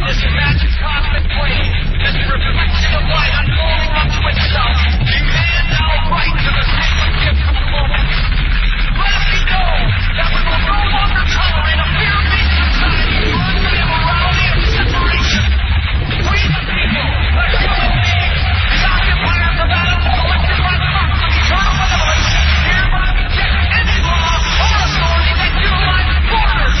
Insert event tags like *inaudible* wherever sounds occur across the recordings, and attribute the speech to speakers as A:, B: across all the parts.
A: and cosmic plane. This reflection of light unfolding unto itself. Demand our right to the sacred gift of the moment. Let it be known that we will no longer tolerate a fear-based society run by immorality and separation. We the people, the human beings, the occupiers of atoms selected by the rock of eternal revelation, hereby reject any law or authority that utilizes borders, purpose,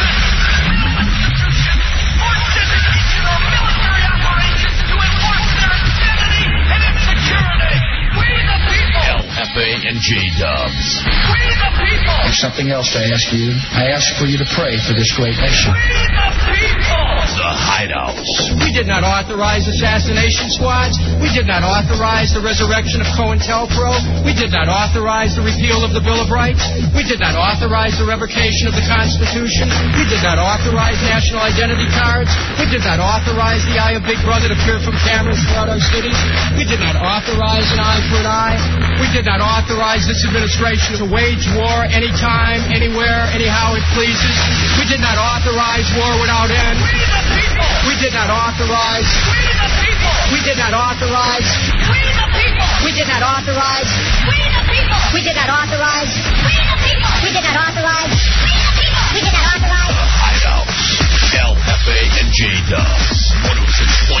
A: institutions, or designation or military operations to enforce their insanity and insecurity. We the people,
B: F-A-N-G dubs.
A: we the people,
C: There's something else I ask you. I ask for you to pray for this great nation.
A: we the people.
B: The Hideouts.
D: We did not authorize assassination squads. We did not authorize the resurrection of COINTELPRO. We did not authorize the repeal of the Bill of Rights. We did not authorize the revocation of the Constitution. We did not authorize national identity cards. We did not authorize the eye of Big Brother to peer from cameras throughout our cities. We did not authorize an eye for an eye. We did not authorize this administration to wage war anytime, anywhere, anyhow it pleases. We did not authorize war without end.
A: We the people,
D: We did not authorize.
A: we the people,
D: We did not authorize.
A: we the people.
E: We did not authorize.
A: We the people.
E: We did not authorize.
A: We the people.
E: We did not authorize.
A: We the people.
E: We did not authorize.
B: The Hideouts. L-F-A-N-G dubs. oh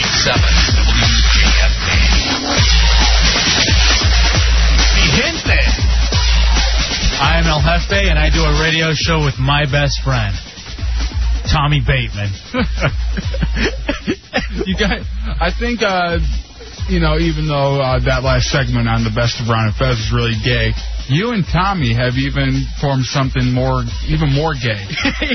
B: 106.7 WGFD.
F: Gente. I am El Jefe, and I do a radio show with my best friend, Tommy Bateman.
G: You guys, I think, uh, you know, even though uh, that last segment on the best of Ron and Fez is really gay, you and Tommy have even formed *laughs* *laughs* something more, even more
F: *laughs*
G: gay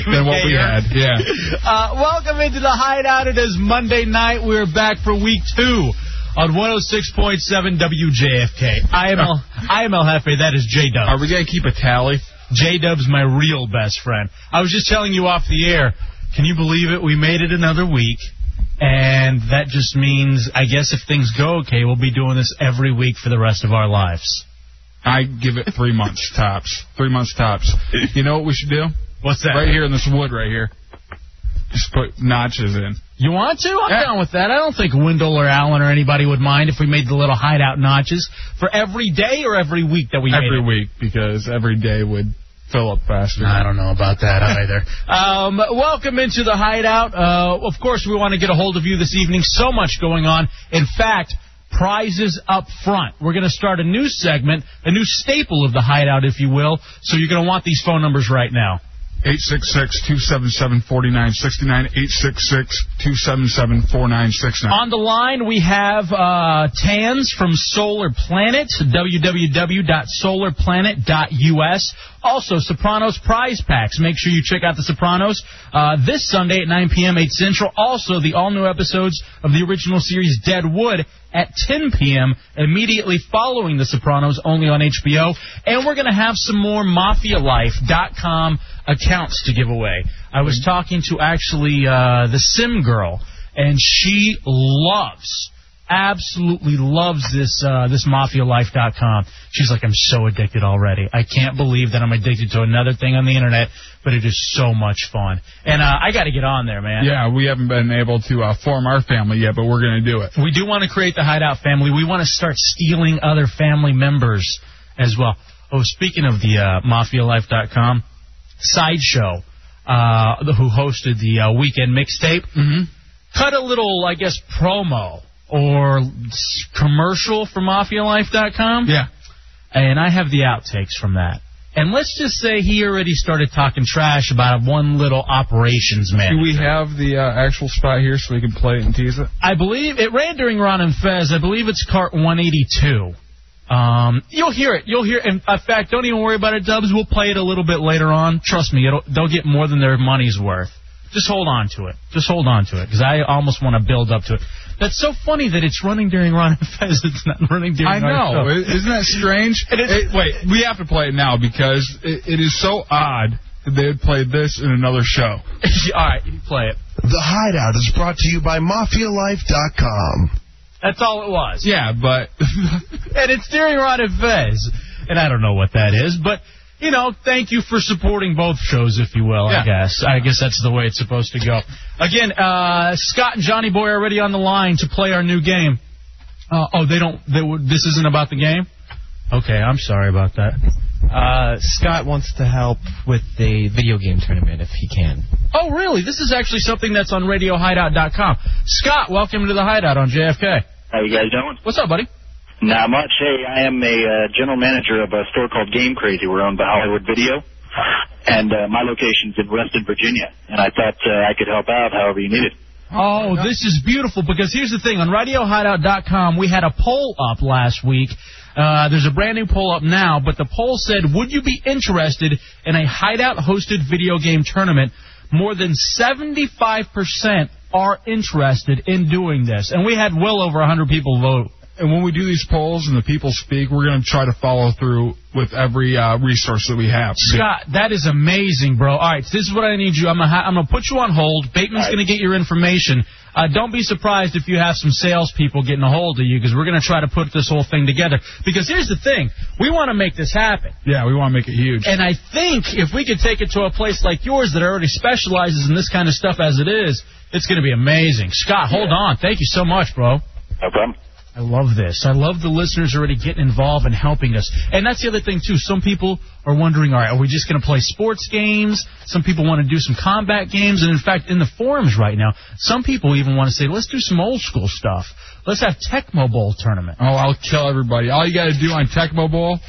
G: than what we
F: gayer.
G: had. Yeah.
F: *laughs* Uh, welcome into the hideout. It is Monday night. We're back for week two on 106.7 WJFK. I
G: *laughs*
F: am El, I am El Jefe. That is J Dubs.
G: Are we gonna keep a tally?
F: J Dub's my real best friend. I was just telling you off the air. Can you believe it? We made it another week. And that just means, I guess, if things go okay, we'll be doing this every week for the rest of our lives.
G: I give it three months tops. Three months tops. You know what we should do?
F: What's that?
G: Right here in this wood, right here. Just put notches in.
F: You want to? I'm
G: Yeah.
F: down with that. I don't think Wendell or Allen or anybody would mind if we made the little hideout notches for every day or every week that we
G: every
F: made it.
G: week because every day would fill up faster.
F: I don't know about
G: *laughs*
F: that either. *laughs* um, welcome into the hideout. Uh, of course, we want to get a hold of you this evening. So much going on. In fact, prizes up front. We're going to start a new segment, a new staple of the hideout, if you will. So you're going to want these phone numbers right now.
G: 866-277-4969, 866-277-4969.
F: On the line, we have uh, Tans from Solar Planet, www.solarplanet.us. Also, Sopranos prize packs. Make sure you check out The Sopranos uh, this Sunday at 9 p.m., 8 Central. Also, the all new episodes of the original series Dead Wood at 10 p.m., immediately following The Sopranos, only on HBO. And we're going to have some more MafiaLife.com accounts to give away. I was talking to actually uh, the Sim Girl and she loves absolutely loves this uh this mafialife.com she's like i'm so addicted already i can't believe that i'm addicted to another thing on the internet but it is so much fun and uh i got to get on there man
G: Yeah, we haven't been able to uh, form our family yet, but we're going to do it.
F: we do want to create the hideout family we want to start stealing other family members as well oh speaking of the uh mafialife.com sideshow uh the- who hosted the uh, weekend mixtape
G: Mm-hmm.
F: cut a little, I guess, promo or s- commercial for MafiaLife.com.
G: Yeah.
F: And I have the outtakes from that. And let's just say he already started talking trash about one little operations
G: Do
F: man.
G: we have the uh, actual spot here so we can play it and tease it?
F: I believe it ran during Ron and Fez. I believe it's cart 182. Um, you'll hear it. You'll hear. In in fact, don't even worry about it, Dubs. We'll play it a little bit later on. Trust me, it'll, they'll get more than their money's worth. Just hold on to it. Just hold on to it, because I almost want to build up to it. That's so funny that it's running during Ron and Fez. *laughs* It's not running during.
G: I
F: our
G: know.
F: show.
G: I- Isn't that strange?
F: *laughs* It is-
G: It- wait, we have to play it now because it, it is so odd that they would play this in another show.
F: *laughs* All right, you play it.
H: The Hideout is brought to you by MafiaLife.com.
F: That's all it was. *laughs*
G: Yeah, but
F: and it's during Ron and Fez. And I don't know what that is, but you know, thank you for supporting both shows, if you will. I
G: Yeah.
F: guess. I guess that's the way it's supposed to go. Again, uh, Scott and Johnny Boy are already on the line to play our new game. Uh, oh, they don't. They, would- this isn't about the game. Okay, I'm sorry about that.
I: Uh, Scott wants to help with the video game tournament if he can.
F: Oh, really? This is actually something that's on RadioHideout.com. Scott, welcome to the Hideout on JFK.
J: How you guys doing?
F: What's up, buddy?
J: Not much. Hey, I am a uh, general manager of a store called Game Crazy. We're owned by Hollywood Video, and uh, my location's in Reston, Virginia. And I thought uh, I could help out however you needed.
F: Oh, this is beautiful because here's the thing. On RadioHideout.com, we had a poll up last week. Uh, there's a brand new poll up now, but the poll said, would you be interested in a Hideout-hosted video game tournament? More than 75% are interested in doing this. And we had well over 100 people vote.
G: And when we do these polls and the people speak, we're going to try to follow through with every uh, resource that we have.
F: Scott, that is amazing, bro. All right, so this is what I need you. I'm gonna, ha- I'm gonna put you on hold. Bateman's gonna get your information. Uh, don't be surprised if you have some salespeople getting a hold of you because we're gonna try to put this whole thing together. Because here's the thing, we want to make this happen.
G: Yeah, we want to make it huge.
F: And I think if we could take it to a place like yours that already specializes in this kind of stuff as it is, it's gonna be amazing. Scott, hold on. Thank you so much, bro.
J: No problem.
F: I love this. I love the listeners already getting involved and helping us. And that's the other thing too. Some people are wondering, all right, are we just going to play sports games? Some people want to do some combat games, and in fact, in the forums right now, some people even want to say, let's do some old school stuff. Let's have Tecmo Bowl tournament.
G: Oh, I'll kill everybody. All you got to do on Tecmo Bowl,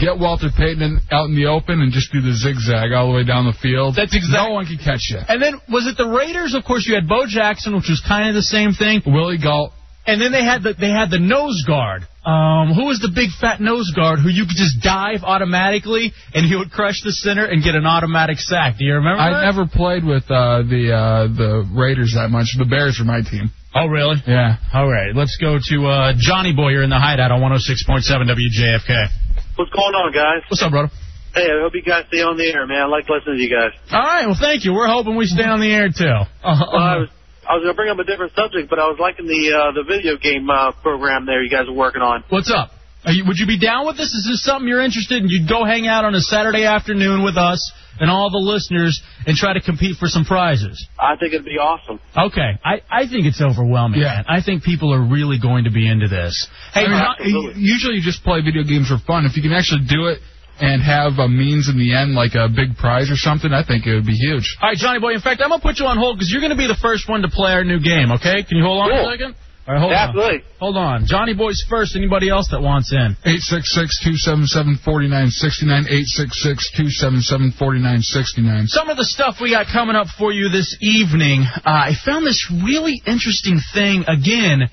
G: get Walter Payton in, out in the open and just do the zigzag all the way down the field.
F: That's exact-
G: No one can catch you.
F: And then was it the Raiders? Of course, you had Bo Jackson, which was kind of the same thing.
G: Willie Galt.
F: And then they had the they had the nose guard. Um, who was the big fat nose guard who you could just dive automatically and he would crush the center and get an automatic sack? Do you remember? that?
G: I never played with uh, the uh, the Raiders that much. The Bears were my team.
F: Oh, really?
G: Yeah.
F: All right, let's go to uh, Johnny Boyer in the hideout on 106.7 WJFK.
J: What's going on, guys?
F: What's up, brother?
J: Hey, I hope you guys stay on the air, man. I like listening to you guys.
F: All right, well, thank you. We're hoping we stay on the air, too.
J: I was I was gonna bring up a different subject, but I was liking the uh, the video game uh, program there you guys are working on.
F: What's up? Are you, would you be down with this? Is this something you're interested in? You'd go hang out on a Saturday afternoon with us and all the listeners and try to compete for some prizes.
J: I think it'd be awesome.
F: Okay, I, I think it's overwhelming.
G: Yeah.
F: man. I think people are really going to be into this.
G: I
F: Hey,
G: mean,
F: Ron-
G: u- usually you just play video games for fun. If you can actually do it and have a means in the end, like a big prize or something, I think it would be huge.
F: All right, Johnny Boy. In fact, I'm gonna put you on hold because you're gonna be the first one to play our new game. Okay? Can you hold on
J: Cool.
F: a second? All right, hold on.
J: Absolutely.
F: Hold on. Johnny Boy's first. Anybody else that wants in?
G: Eight six six two seven seven forty nine sixty nine. Eight six six two seven seven forty nine sixty nine.
F: Some of the stuff we got coming up for you this evening. Uh, I found this really interesting thing. Again,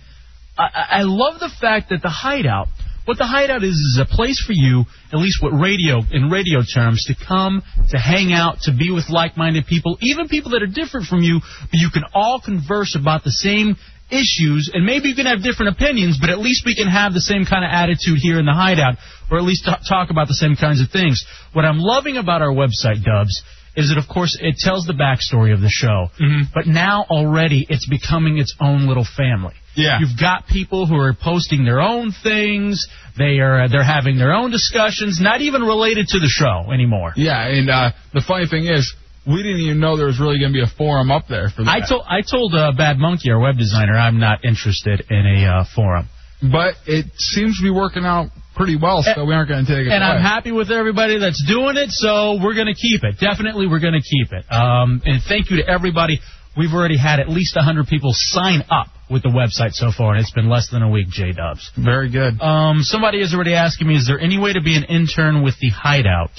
F: I- I, I love the fact that the hideout. What the hideout is is a place for you, at least what radio in radio terms, to come, to hang out, to be with like-minded people, even people that are different from you, but you can all converse about the same issues, and maybe you can have different opinions, but at least we can have the same kind of attitude here in the hideout, or at least t- talk about the same kinds of things. What I'm loving about our website, Dubs, is that of course it tells the backstory of the show,
G: Mm-hmm.
F: but now already it's becoming its own little family.
G: Yeah.
F: You've got people who are posting their own things. They are uh, they're having their own discussions, not even related to the show anymore.
G: Yeah, and uh, the funny thing is, we didn't even know there was really going to be a forum up there for
F: I
G: that.
F: told I told uh, Bad Monkey, our web designer, I'm not interested in a uh, forum.
G: but it seems to be working out pretty well, so we aren't going to take it
F: and I'm
G: away.
F: happy with everybody that's doing it, so we're going to keep it. Definitely, we're going to keep it. Um, and thank you to everybody. We've already had at least 100 people sign up with the website so far, and it's been less than a week, J Dubs.
G: Very good.
F: Um, somebody is already asking me, is there any way to be an intern with the Hideout?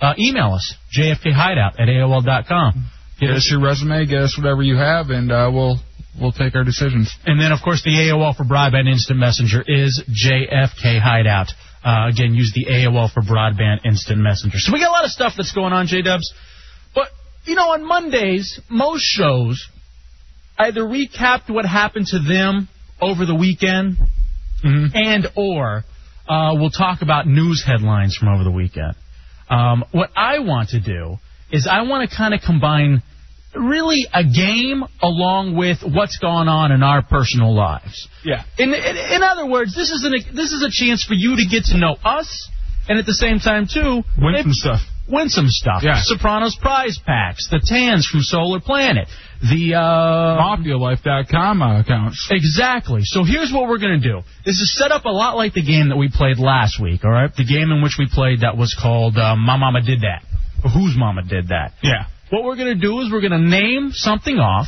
F: Uh, email us, jfkhideout at AOL.com.
G: Get us your resume, get us whatever you have, and uh, we'll we'll take our decisions.
F: And then, of course, the AOL for Broadband Instant Messenger is JFK Hideout. Uh, again, use the AOL for Broadband Instant Messenger. So we got a lot of stuff that's going on, J Dubs. But, you know, on Mondays, most shows either recapped what happened to them over the weekend and or uh, we'll talk about news headlines from over the weekend. Um, what I want to do is I want to kind of combine really a game along with what's going on in our personal lives.
G: Yeah.
F: In, in, in other words, this is an, this is a chance for you to get to know us and at the same time too win some
G: stuff.
F: Win some stuff.
G: Yeah.
F: Sopranos prize packs, the tans from Solar Planet, the uh,
G: MafiaLife.com accounts.
F: Exactly. So here's what we're gonna do. This is set up a lot like the game that we played last week. All right, the game in which we played that was called uh, "My Mama Did That," or "Whose Mama Did That."
G: Yeah.
F: What we're going to do is we're going to name something off.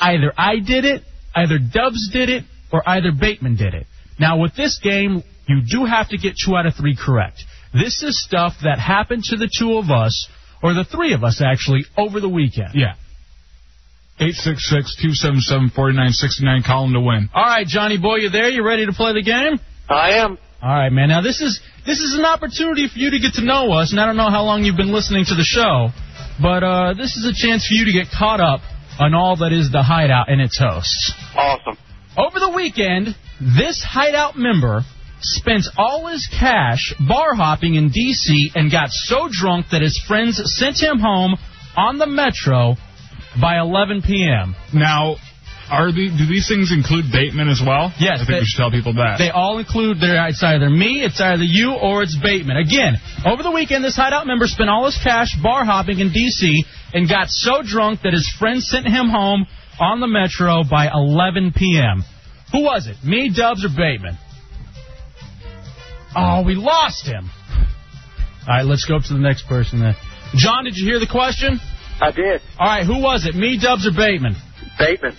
F: Either I did it, either Dubs did it, or either Bateman did it. Now, with this game, you do have to get two out of three correct. This is stuff that happened to the two of us, or the three of us actually, over the weekend.
G: Yeah. 866-277-4969, column to win.
F: All right, Johnny Boy, you there? You ready to play the game?
J: I am.
F: All right, man. Now this is this is an opportunity for you to get to know us, and I don't know how long you've been listening to the show, but uh, this is a chance for you to get caught up on all that is the Hideout and its hosts.
J: Awesome.
F: Over the weekend, this Hideout member spent all his cash bar hopping in D.C. and got so drunk that his friends sent him home on the metro by 11 p.m.
G: Now, are the, do these things include Bateman as well?
F: Yes,
G: I think
F: they-
G: we should tell people that.
F: They all include their it's either me, it's either you, or it's Bateman. Again, over the weekend, this hideout member spent all his cash bar hopping in D.C. and got so drunk that his friends sent him home on the metro by 11 p.m. Who was it? Me, Dubs, or Bateman? Oh, we lost him. All right, let's go up to the next person then. John, did you hear the question?
J: I did.
F: All right, who was it? Me, Dubs, or Bateman?
J: Bateman.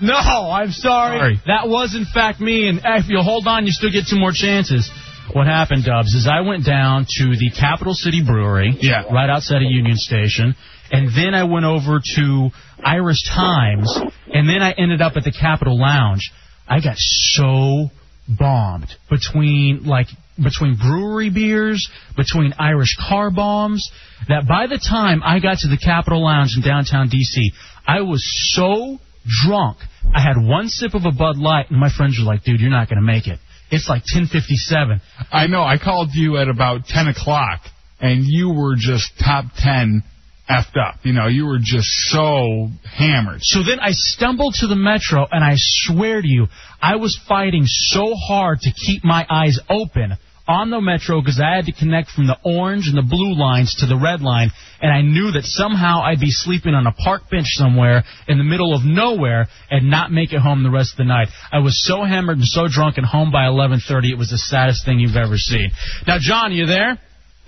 F: No, I'm sorry. That was, in fact, me. And if you hold on, you still get two more chances. What happened, Dubs, is I went down to the Capital City Brewery
G: Yeah.
F: right outside of Union Station. And then I went over to Irish Times. And then I ended up at the Capitol Lounge. I got so bombed between, like, between brewery beers, between Irish car bombs, that by the time I got to the Capitol Lounge in downtown D.C., I was so drunk. I had one sip of a Bud Light, and my friends were like, dude, you're not going to make it. It's like 1057.
G: I know. I called you at about 10 o'clock, and you were just top 10 effed up. You know, you were just so hammered.
F: So then I stumbled to the metro, and I swear to you, I was fighting so hard to keep my eyes open on the metro because I had to connect from the orange and the blue lines to the red line, and I knew that somehow I'd be sleeping on a park bench somewhere in the middle of nowhere and not make it home the rest of the night. I was so hammered and so drunk and home by 11:30. It was the saddest thing you've ever seen. Now, John, are you there?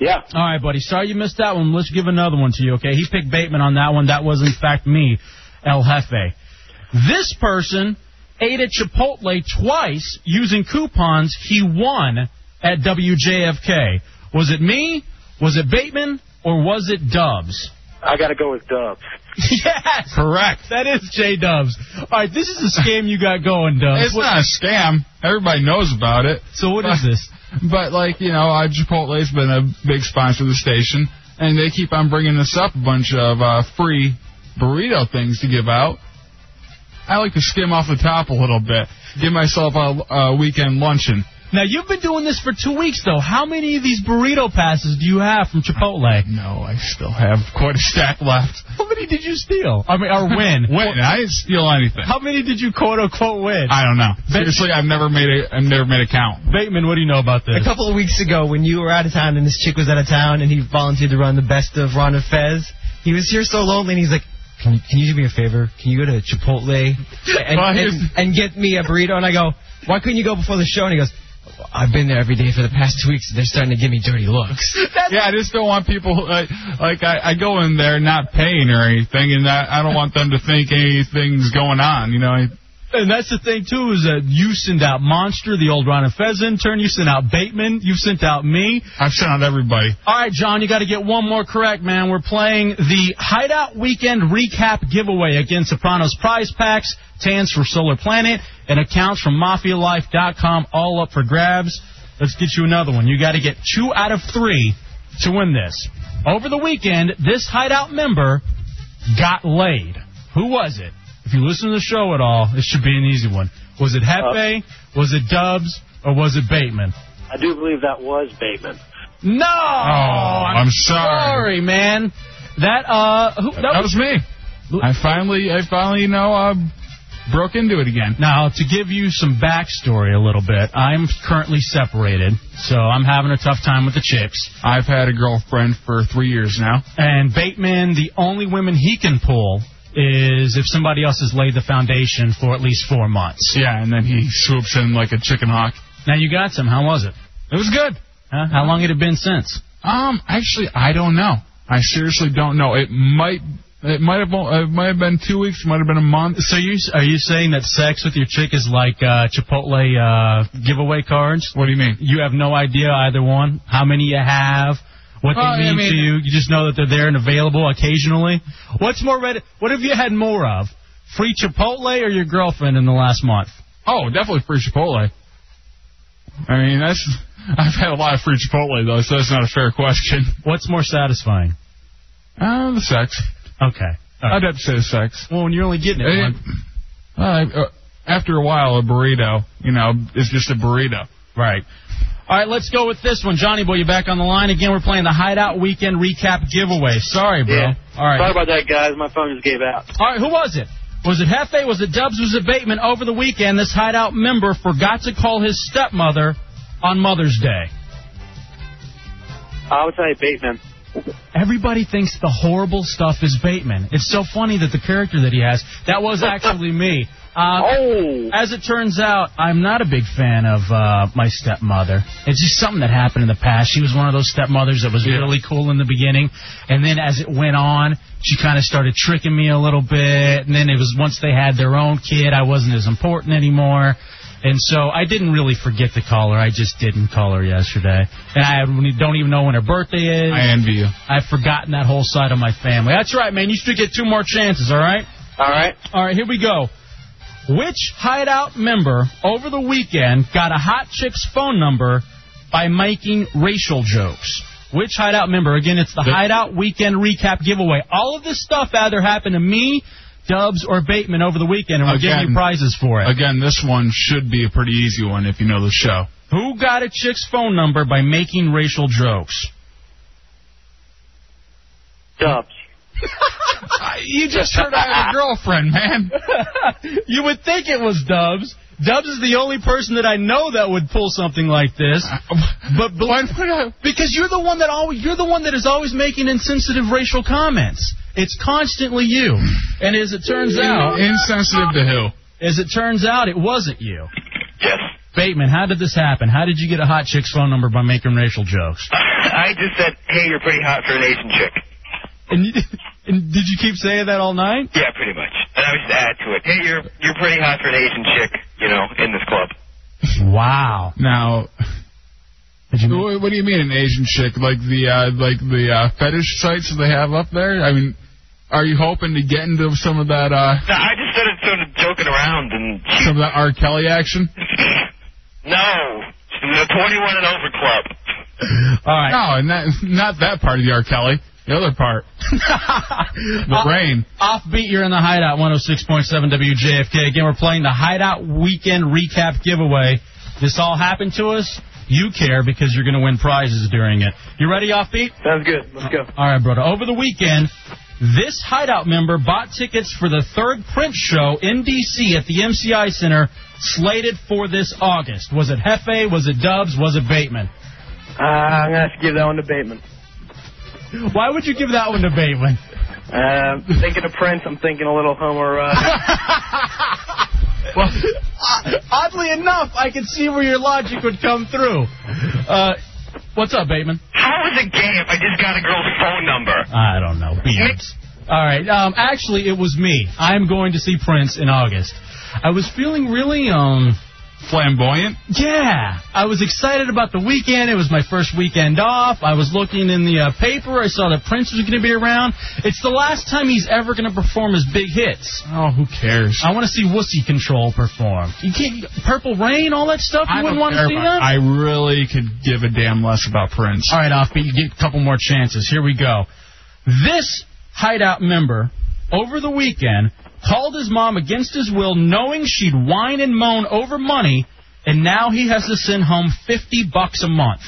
J: Yeah.
F: All right, buddy. Sorry you missed that one. Let's give another one to you, okay? He picked Bateman on that one. That was, in fact, me, El Jefe. This person ate at Chipotle twice using coupons he won at WJFK. Was it me? Was it Bateman? Or was it Dubs?
J: I got to go with Dubs.
F: *laughs* yes!
G: Correct.
F: That is J Dubs. All right, this is the scam you got going, Dubs.
G: It's
F: What-
G: not a scam. Everybody knows about it.
F: so what is this?
G: But like you know, uh, Chipotle's been a big sponsor of the station, and they keep on bringing us up a bunch of uh, free burrito things to give out. I like to skim off the top a little bit, give myself a, a weekend luncheon.
F: Now, you've been doing this for two weeks, though. How many of these burrito passes do you have from Chipotle?
G: No, I still have quite a stack left.
F: How many did you steal? I mean, or
G: *laughs*
F: win?
G: Wait, I didn't steal anything.
F: How many did you quote unquote win?
G: I don't know. Seriously, I've never made a I've never made a count.
F: Bateman, what do you know about this?
I: A couple of weeks ago, when you were out of town and this chick was out of town and he volunteered to run the best of Ron and Fez, he was here so lonely and he's like, can, can you do me a favor? Can you go to Chipotle *laughs* and,
G: Well, here's-
I: and, and get me a burrito? And I go, why couldn't you go before the show? And he goes, I've been there every day for the past two weeks. and They're starting to give me dirty looks.
G: Yeah, I just don't want people like like I, I go in there not paying or anything, and I, I don't want them to think anything's going on. You know, I,
F: And that's the thing too is that you send out Monster, the old Ron and Fez intern. You sent out Bateman. You sent out me.
G: I've sent out everybody.
F: All right, John, you got to get one more correct, man. We're playing the Hideout Weekend Recap Giveaway against Sopranos Prize Packs, Tans for Solar Planet, and accounts from MafiaLife.com all up for grabs. Let's get you another one. You got to get two out of three to win this. Over the weekend, this Hideout member got laid. Who was it? If you listen to the show at all, it should be an easy one. Was it Hefe? Was it Dubs? Or was it Bateman?
J: I do believe that was Bateman.
F: No, Oh, I'm,
G: sorry.
F: sorry, man. That uh, who, that,
G: That was me. I finally I finally you know uh, broke into it again.
F: Now, to give you some backstory a little bit, I'm currently separated, so I'm having a tough time with the chicks.
G: I've had a girlfriend for three years now.
F: And Bateman, the only women he can pull is if somebody else has laid the foundation for at least four months.
G: Yeah, and then he swoops in like a chicken hawk.
F: Now you got some. How was it?
G: It was good.
F: Huh? How long had it been since?
G: Um, actually, I don't know. I seriously don't know. It might, it might have, it might have been two weeks. It might have been a month.
F: So you are you saying that sex with your chick is like uh, Chipotle uh, giveaway cards?
G: What do you mean?
F: You have no idea either one, how many you have, what
G: Well, I
F: they mean,
G: mean-
F: to you. You just know that they're there and available occasionally. What's more, red? What have you had more of? Free Chipotle or your girlfriend in the last month?
G: Oh, definitely free Chipotle. I mean, that's. *laughs* I've had a lot of free Chipotle though, so that's not a fair question.
F: What's more satisfying?
G: Uh, the sex.
F: Okay. All
G: I'd
F: right.
G: have to say the sex.
F: Well, when you're only getting it,
G: Eh,
F: one-
G: uh, after a while, a burrito, you know, is just a burrito.
F: Right. All right, let's go with this one. Johnny Boy, you back on the line again. We're playing the Hideout Weekend Recap Giveaway. Sorry, bro.
J: Yeah.
F: All right.
J: Sorry about that, guys. My phone just gave out.
F: All right, who was it? Was it Hefe? Was it Dubs? Was it Bateman? Over the weekend, this Hideout member forgot to call his stepmother on Mother's Day.
J: I would say Bateman.
F: Everybody thinks the horrible stuff is Bateman. It's so funny that the character that he has, that was actually me. Uh,
J: Oh.
F: As it turns out, I'm not a big fan of uh, my stepmother. It's just something that happened in the past. She was one of those stepmothers that was really cool in the beginning, and then as it went on, she kind of started tricking me a little bit. And then it was once they had their own kid, I wasn't as important anymore. And so I didn't really forget to call her. I just didn't call her yesterday, and I don't even know when her birthday is.
G: I envy you.
F: I've forgotten that whole side of my family. That's right, man. You should get two more chances, all right?
J: All right.
F: All right, here we go. Which hideout member over the weekend got a hot chick's phone number by making racial jokes? Which hideout member? Again, it's the hideout weekend recap giveaway. All of this stuff either happened to me, Dubs, or Bateman over the weekend, and we're giving you
G: Again.
F: prizes for it.
G: Again, this one should be a pretty easy one if you know the show.
F: Who got a chick's phone number by making racial jokes? *laughs*
J: Dubs.
G: You just heard I had a girlfriend, *laughs* man.
F: you would think it was Dubs. Dubs is the only person that I know that would pull something like
G: *laughs*
F: this. But bel- because you're the one that always you're the one that is always making insensitive racial comments. It's constantly you. And as it turns out,
G: Insensitive to who?
F: as it turns out, it wasn't you.
J: Yes.
F: Bateman, how did this happen? How did you get a hot chick's phone number by making racial
G: *laughs*
F: jokes?
J: *laughs* I just said, hey, you're pretty hot for an Asian chick.
F: And, you, and did you keep saying that all night?
J: Yeah, pretty much. And I would just add to it, hey, you're you're pretty hot for an Asian chick, you know, in this club.
F: Wow.
G: Now,
F: Did you
G: Wha- What do you mean an Asian chick? Like the uh, like the uh, fetish sites that they have up there? I mean, are you hoping to get into some of that uh,
J: No, I just started sort of joking around, and she,
G: some of that R. Kelly action?
J: no, the 21 and over club.
F: all right.
G: No, and that, not that part of the R. Kelly. The other
F: *laughs*
G: part, the
F: Uh,
G: rain.
F: Offbeat, you're in the Hideout 106.7 WJFK. Again, we're playing the Hideout Weekend Recap Giveaway. This all happened to us. You care because you're going to win prizes during it. You ready, Offbeat?
J: Sounds good. Let's go.
F: All right, brother. Over the weekend, this Hideout member bought tickets for the third Prince show in D.C. at the MCI Center, slated for this August. Was it Hefe? Was it Dubs? Was it Bateman?
K: Uh, I'm gonna have to give that one to Bateman.
F: Why would you give that one to Bateman?
K: Uh, thinking of Prince, I'm thinking a little Homer.
F: *laughs*
K: Uh,
F: well, o- *laughs* oddly enough, I can see where your logic would come through. Uh, what's up, Bateman?
J: How is it gay if I just got a girl's phone number?
F: I don't know. Beans. All right. Um, actually, it was me. I'm going to see Prince in August. I was feeling really um.
G: Flamboyant.
F: Yeah, I was excited about the weekend. It was my first weekend off. I was looking in the uh, paper. I saw that Prince was going to be around. It's the last time he's ever going to perform his big hits.
G: Oh, who cares?
F: I want to see Wussy Control perform. You can't Purple Rain, all that stuff. You
G: I
F: wouldn't
G: don't
F: want
G: care
F: to see
G: about.
F: that.
G: I really could give a damn less about Prince.
F: All right, offbeat. You get a couple more chances. Here we go. This hideout member over the weekend called his mom against his will, knowing she'd whine and moan over money, and now he has to send home fifty bucks a month.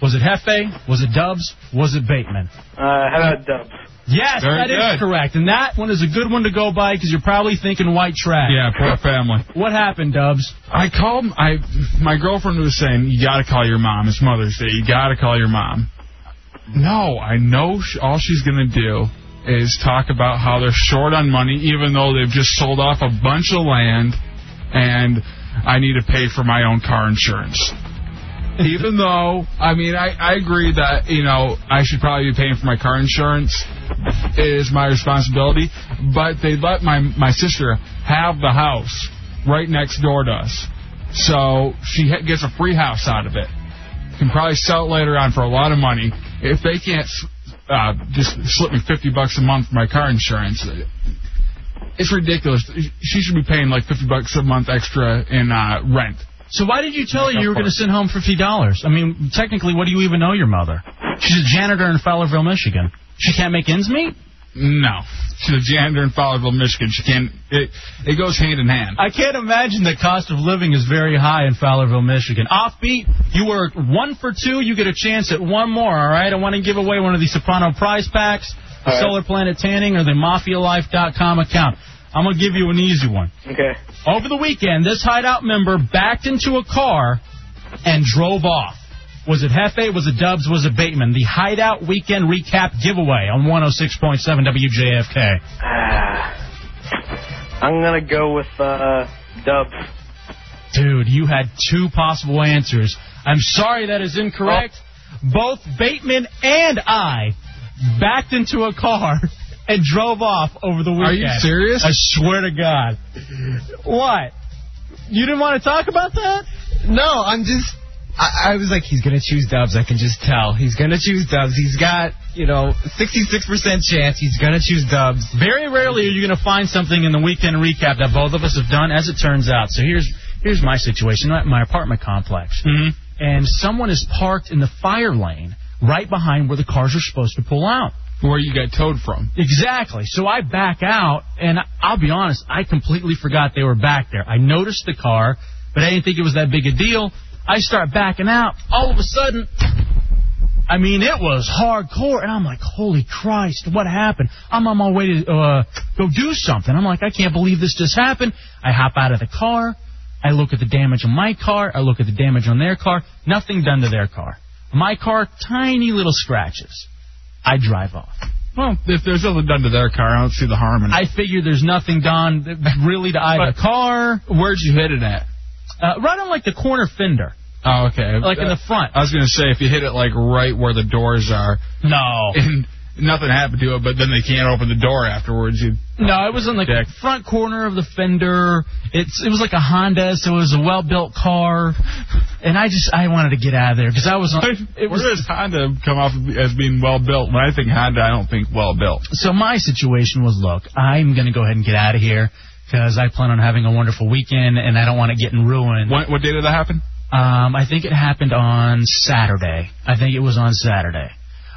F: Was it Hefe? Was it Dubs? Was it Bateman?
K: uh, how about Dubs?
F: Yes,
G: Very
F: that is
G: good.
F: correct. And that one is a good one to go by because you're probably thinking white trash.
G: Yeah, poor family.
F: What happened, Dubs?
G: I called. I my girlfriend was saying you got to call your mom. It's Mother's Day. You got to call your mom. No, I know sh- all she's gonna do is talk about how they're short on money, even though they've just sold off a bunch of land, and I need to pay for my own car insurance. even though I mean I, I agree that you know I should probably be paying for my car insurance it is my responsibility but they let my my sister have the house right next door to us so she ha- gets a free house out of it can probably sell it later on for a lot of money if they can't s- uh, just slip me 50 bucks a month for my car insurance it's ridiculous she should be paying like 50 bucks a month extra in uh, rent
F: So why did you tell her
G: Make
F: you
G: up
F: were
G: for
F: going to
G: it.
F: send home fifty dollars? I mean, technically, what do you even know your mother? She's a janitor in Fowlerville, Michigan. She can't make ends meet.
G: No. She's a janitor in Fowlerville, Michigan. She can't. It, it goes hand in hand.
F: I can't imagine the cost of living is very high in Fowlerville, Michigan. Offbeat, you were one for two. You get a chance at one more. All right, I want to give away one of these Soprano prize packs, the
K: All right.
F: Solar Planet Tanning, or the MafiaLife.com account. I'm gonna give you an easy one.
K: Okay.
F: Over the weekend, this hideout member backed into a car and drove off. Was it Hefe? Was it Dubs? Was it Bateman? The hideout weekend recap giveaway on 106.7 WJFK.
K: I'm gonna go with uh, Dubs.
F: Dude, you had two possible answers. I'm sorry that is incorrect.
K: Oh.
F: Both Bateman and I backed into a car *laughs* and drove off over the weekend.
G: Are you serious?
F: I swear to God. What? You didn't want to talk about that?
I: No, I'm just. I, I was like, he's gonna choose Dubs. I can just tell he's gonna choose Dubs. He's got you know 66 percent chance he's gonna choose Dubs.
F: Very rarely are you going to find something in the weekend recap that both of us have done, as it turns out. So here's here's my situation. I'm at my apartment complex,
I: Mm-hmm.
G: Mhm.
F: and someone is parked in the fire lane right behind where the cars are supposed to pull out.
G: Where you got towed from.
F: Exactly. So I back out, and I'll be honest, I completely forgot they were back there. I noticed the car, but I didn't think it was that big a deal. I start backing out. All of a sudden, I mean, it was hardcore, and I'm like, holy Christ, what happened? I'm on my way to uh, go do something. I'm like, I can't believe this just happened. I hop out of the car. I look at the damage on my car. I look at the damage on their car. Nothing done to their car. My car, tiny little scratches. I drive off.
G: Well, if there's nothing done to their car, I don't see the harm in it.
F: I figure there's nothing done really to either car.
G: Where'd you hit it at?
F: Uh, right on like the corner fender,
G: Oh, okay.
F: like in the front.
G: I was gonna say if you hit it like right where the doors are,
F: No,
G: and nothing happened to it, but then they can't open the door afterwards. You
F: no, it was in like the front corner of the fender. It's it was like a Honda, so it was a well-built car, and I just I wanted to get out of there because I was on. It
G: Where
F: was
G: does Honda come off as being well built? When I think Honda, I don't think well built.
F: so my situation was look, I'm gonna go ahead and get out of here because I plan on having a wonderful weekend and I don't want it getting ruined.
G: What, what day did that happen?
F: Um, I think it happened on Saturday. I think it was on Saturday.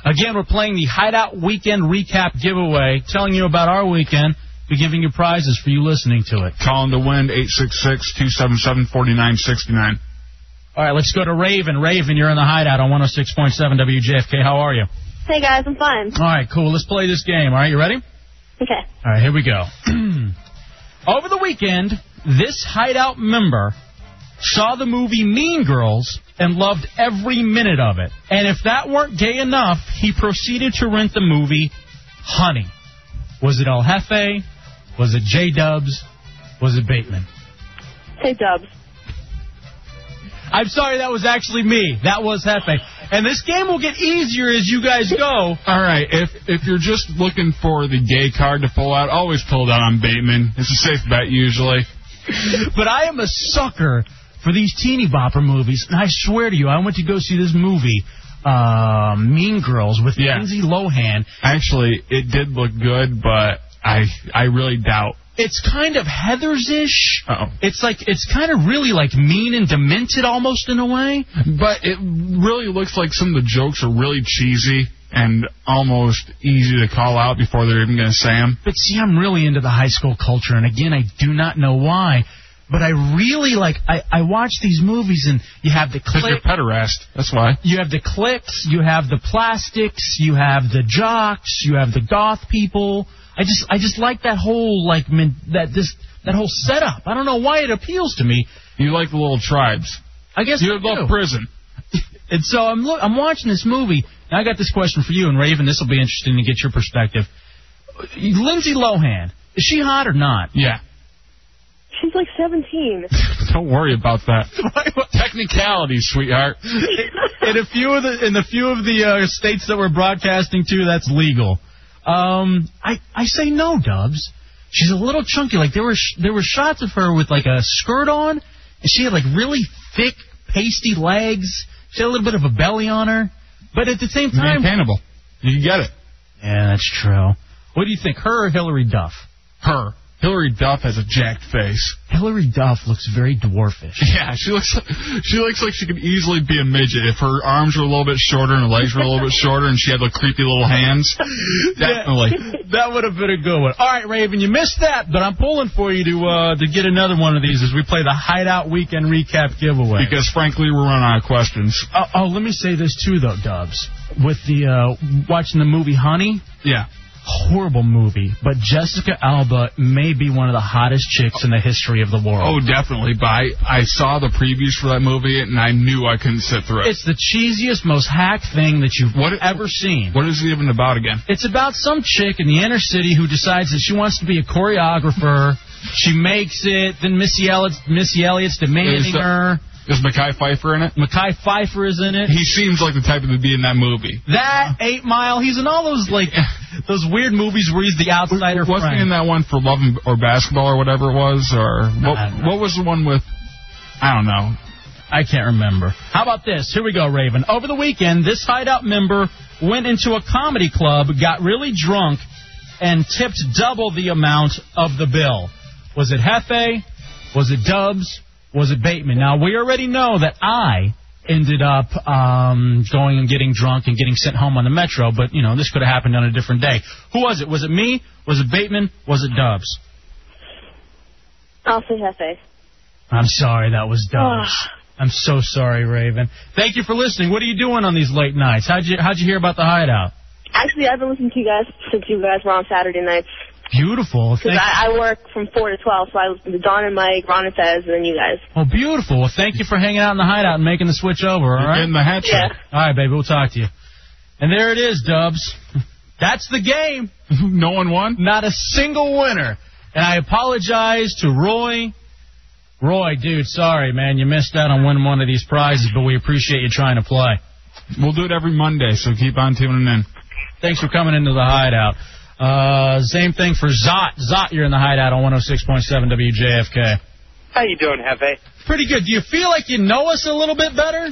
F: Again, we're playing the Hideout Weekend Recap Giveaway, telling you about our weekend. We're giving you prizes for you listening to it.
G: Calling the wind eight six six two seven seven forty nine sixty nine.
F: All right, let's go to Raven. Raven, you're in the Hideout on 106.7 WJFK. How are you?
L: Hey guys, I'm fine.
F: All right, cool. Let's play this game. All right, you ready?
L: Okay.
F: All right, here we go. *clears throat* Over the weekend, this hideout member saw the movie Mean Girls and loved every minute of it. And if that weren't gay enough, he proceeded to rent the movie Honey. Was it El Jefe? Was it J Dubs? Was it Bateman?
L: Hey Dubs.
F: I'm sorry, that was actually me. That was Jefe. And this game will get easier as you guys go.
G: All right, if if you're just looking for the gay card to pull out, always pull down on Bateman. It's a safe bet usually.
F: but I am a sucker for these teeny bopper movies, and I swear to you, I went to go see this movie, uh, Mean Girls, with
G: Yeah.
F: Lindsay Lohan.
G: Actually, it did look good, but I I really doubt.
F: It's kind of Heather's ish.
G: Uh-oh.
F: It's like it's kind of really like mean and demented almost in a way.
G: But it really looks like some of the jokes are really cheesy and almost easy to call out before they're even going to say them.
F: But see, I'm really into the high school culture, and again, I do not know why. But I really like I, I watch these movies and you have the
G: Because you're
F: click
G: a pederast. That's why.
F: you have the clicks, you have the plastics, you have the jocks, you have the goth people. I just I just like that whole like men, that this that whole setup. I don't know why it appeals to me.
G: You like the little tribes.
F: I guess
G: you
F: I
G: love
F: do.
G: prison.
F: *laughs* And so I'm look, I'm watching this movie. And I got this question for you and Raven. This will be interesting to get your perspective. Lindsay Lohan is she hot or not? *laughs*
G: Yeah.
L: She's like 17.
G: Don't worry about
F: *laughs*
G: that. Technicality, sweetheart.
F: in a few of the in the few of the uh, states that we're broadcasting to, that's legal. Um, I I say no, Dubs. She's a little chunky. Like there were sh- there were shots of her with like a skirt on, and she had like really thick, pasty legs. She had a little bit of a belly on her, but at the same time,
G: Maintainable. You can get it.
F: Yeah, that's true. What do you think, her or Hillary Duff?
G: Her. Hillary Duff has a jacked face.
F: Hillary Duff looks very dwarfish.
G: Yeah, she looks she looks like she could easily be a midget if her arms were a little bit shorter and her legs were a little bit shorter and she had the creepy little
F: *laughs*
G: hands. Definitely.
F: that would have been a good one. All right, Raven, you missed that, but I'm pulling for you to uh, to get another one of these as we play the Hideout Weekend Recap Giveaway.
G: Because frankly, we're running out of questions.
F: Uh, oh, let me say this too, though, Dubs. With the uh, watching the movie Honey,
G: Yeah.
F: horrible movie, but Jessica Alba may be one of the hottest chicks in the history of the
G: Oh,
F: world.
G: definitely. But I, I saw the previews for that movie and I knew I couldn't sit through it.
F: it's the cheesiest, most hack thing that you've ever seen.
G: What is it even about again?
F: It's about some chick in the inner city who decides that she wants to be a choreographer. she makes it. Then Missy Elliott's, Missy Elliott's demanding
G: Is the-
F: her.
G: Is Mackay Pfeiffer in it?
F: Mackay Pfeiffer is in it.
G: He seems like the type to be in that movie.
F: that Eight Mile. He's in all those like *laughs* those weird movies where he's the outsider
G: Wasn't he in
F: friend.
G: that one for Love and, or Basketball or whatever it was? Or
F: I don't
G: what, what was the one with? I don't know.
F: I can't remember. How about this? Here we go, Raven. Over the weekend, this hideout member went into a comedy club, got really drunk, and tipped double the amount of the bill. Was it Hefe? Was it Dubs? Was it Bateman? Now, we already know that I ended up um, going and getting drunk and getting sent home on the Metro, but, you know, this could have happened on a different day. Who was it? Was it me? Was it Bateman? Was it Dubs?
L: I'll say Hefe.
F: I'm sorry, that was Dubs. I'm so sorry, Raven. Thank you for listening. What are you doing on these late nights? How'd you How'd you hear about the hideout?
L: Actually, I've been listening to you guys since you guys were on Saturday nights.
F: Beautiful.
L: Because
F: Thank,
L: I, I work from 4 to 12, so I listen to Don and Mike, Ron and Fez, and then you guys.
F: well, beautiful. Well, thank you for hanging out in the hideout and making the switch over. All
G: You're
F: right.
G: getting the hat
L: Yeah.
G: trick.
F: all right, baby. We'll talk to you. And there it is, Dubs. *laughs* That's the game.
G: *laughs* no one won.
F: Not a single winner. And I apologize to Roy. Roy, dude, sorry, man. You missed out on winning one of these prizes, but we appreciate you trying to play.
G: We'll do it every Monday, so keep on tuning in.
F: Thanks for coming into the hideout. Uh, same thing for Zot. Zot, you're in the hideout on 106.7 WJFK.
K: How you doing, Hefe?
F: Pretty good. Do you feel like you know us a little bit better?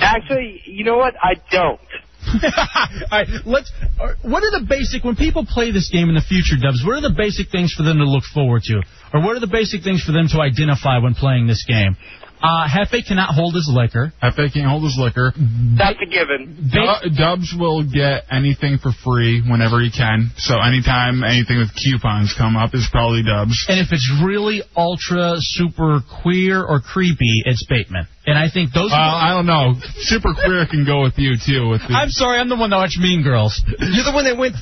K: Actually, you know what? I don't.
F: *laughs* All right, let's. or- What are the basic when people play this game in the future, Dubs? What are the basic things for them to look forward to, or what are the basic things for them to identify when playing this game? Uh, Hefe cannot hold his liquor.
G: If they can't hold his liquor,
K: That's a given.
F: Ba-
G: Du- Dubs will get anything for free whenever he can. So anytime anything with coupons come up is probably Dubs.
F: And if it's really ultra super queer or creepy, it's Bateman. And I think those.
G: Well, Uh, I don't know. Super queer can go with you too. With the,
F: I'm sorry, I'm the one that watched Mean Girls.
I: You're the one that went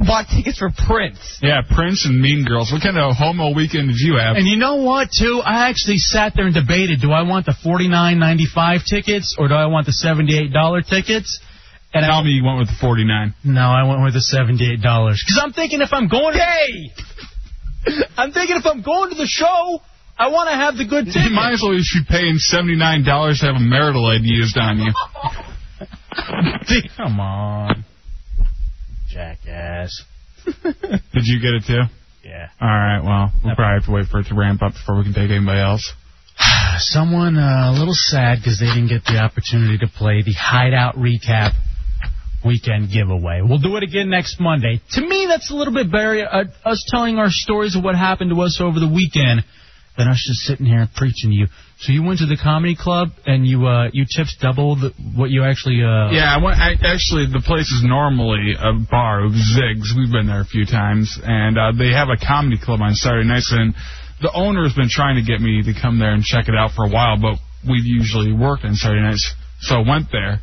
I: bought tickets for Prince.
G: yeah, Prince and Mean Girls. What kind of homo weekend did you
F: *laughs*
G: have?
F: And you know what, too? I actually sat there and debated, do I want the forty nine ninety five tickets or do I want the $78 tickets? And
G: Tell
F: I,
G: me you went with the 49.
F: no, I went with the $78 because I'm thinking if I'm going, hey, I'm thinking if I'm going to the show, I want to have the good *laughs*
G: You might
F: ticket.
G: as well you should pay in $79 to have a marital aid used on you.
F: Come on, jackass.
G: Did you get it too?
F: Yeah.
G: All right, well, we'll probably have to wait for it to ramp up before we can take anybody else.
F: Someone uh, a little sad because they didn't get the opportunity to play the Hideout Recap Weekend Giveaway. We'll do it again next Monday. To me, that's a little bit better uh, us telling our stories of what happened to us over the weekend than us just sitting here preaching to you. So you went to the comedy club and you uh, you tipped double the, what you actually. Uh,
G: Yeah, I went. I, actually, the place is normally a bar of Zig's. We've been there a few times, and uh, they have a comedy club on Saturday nights. And the owner's been trying to get me to come there and check it out for a while, but we usually work on Saturday nights, so I went there.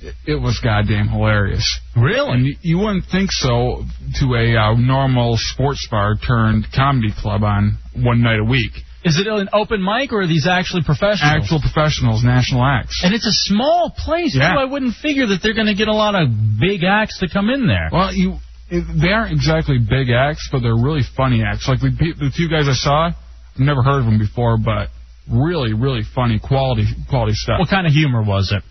G: It- It was goddamn hilarious. Really? And you, you wouldn't think so to a uh, normal sports bar turned comedy club on one night a week.
F: Is it an open mic or are these actually professionals?
G: Actual professionals, national acts.
F: And it's a small place,
G: Yeah.
F: too. I wouldn't figure that they're going to get a lot of big acts to come in there.
G: Well, you it, they aren't exactly big acts, but they're really funny acts. Like the pe- the two guys I saw, I've never heard of them before, but really, really funny quality quality stuff.
F: What kind of humor was it?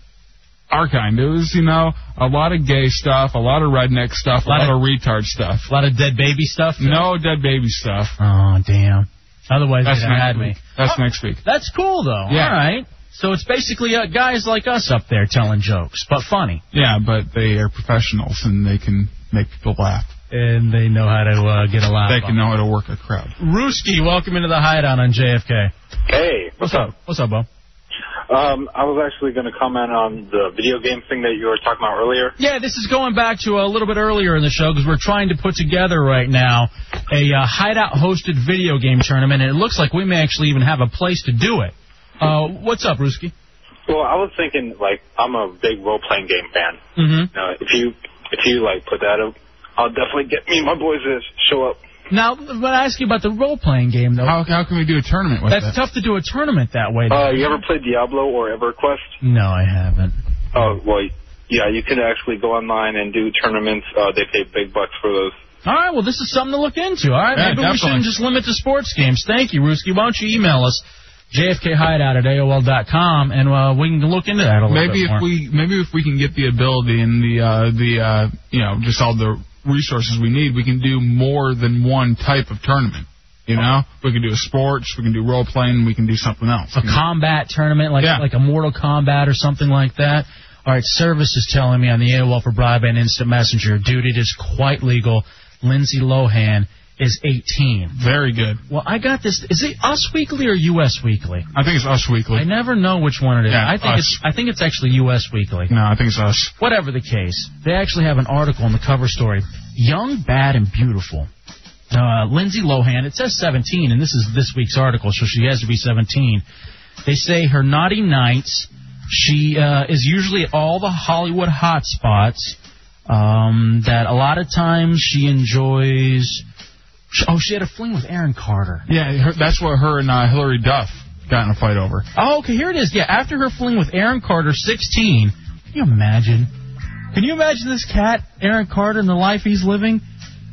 G: Our kind. It was, you know, a lot of gay stuff, a lot of redneck stuff, a lot, of, retard stuff,
F: a lot of dead baby stuff.
G: No dead baby stuff.
F: Oh damn! Otherwise,
G: that's
F: they'd
G: next
F: have had
G: week.
F: me.
G: That's
F: Oh.
G: next week.
F: That's cool, though.
G: Yeah.
F: All right. So it's basically uh, guys like us up there telling jokes, but funny.
G: Yeah, but they are professionals and they can make people laugh.
F: And they know how to uh, get a laugh.
G: They can know how to work a crowd.
F: Rooski, welcome into the hideout on JFK.
M: Hey,
F: What's up? What's up, Bo?
M: um, I was actually going to comment on the video game thing that you were talking about earlier.
F: Yeah, this is going back to a little bit earlier in the show because we're trying to put together right now a uh, hideout hosted video game tournament, and it looks like we may actually even have a place to do it. Uh, what's up, Rooski?
M: Well, I was thinking like I'm a big role playing game fan.
F: Mm-hmm.
M: You know, if you if you like put that up, I'll definitely get me and my boys to show up.
F: Now, when I ask you about the role playing game, though, how,
G: how can we do a tournament
M: with
F: That's
M: that?
F: tough to do a tournament that way.
M: Uh, you ever played Diablo or EverQuest?
F: No, I haven't.
M: Oh well, yeah, you can actually go online and do tournaments. Uh, they pay big bucks for those.
F: All right, well, this is something to look into. All right,
M: Yeah,
F: maybe we
M: definitely.
F: shouldn't just limit to sports games. Thank you, Rooski. Why don't you email us, jfkhideout at AOL dot com, and uh, we can look into that a little
G: maybe
F: bit
G: if
F: more.
G: we maybe if we can get the ability and the uh, the uh, you know just all the resources we need, we can do more than one type of tournament. You know, we can do a sports, we can do role playing, we can do something else.
F: a combat tournament, like like a Mortal Kombat or something like that. All right, service is telling me on the AOL for broadband instant messenger, dude, it is quite legal. Lindsay Lohan is 18.
G: Very good.
F: Well, I got this. Is it Us Weekly or U.S. Weekly?
G: I think it's Us Weekly.
F: I never know which one it is.
G: Yeah,
F: I think
G: Us.
F: it's I think it's actually U.S. Weekly.
G: No, I think it's Us.
F: Whatever the case, they actually have an article in the cover story. Young, bad, and beautiful. Uh, Lindsay Lohan. It says 17, and this is this week's article, so she has to be 17. They say her naughty nights. She uh, is usually at all the Hollywood hotspots. Um, that a lot of times she enjoys. Oh, she had a fling with Aaron Carter.
G: Yeah, her, that's what her and uh, Hillary Duff got in a fight over.
F: Oh, okay, here it is. Yeah, after her fling with Aaron Carter, 16. Can you imagine? Can you imagine this cat, Aaron Carter, and the life he's living?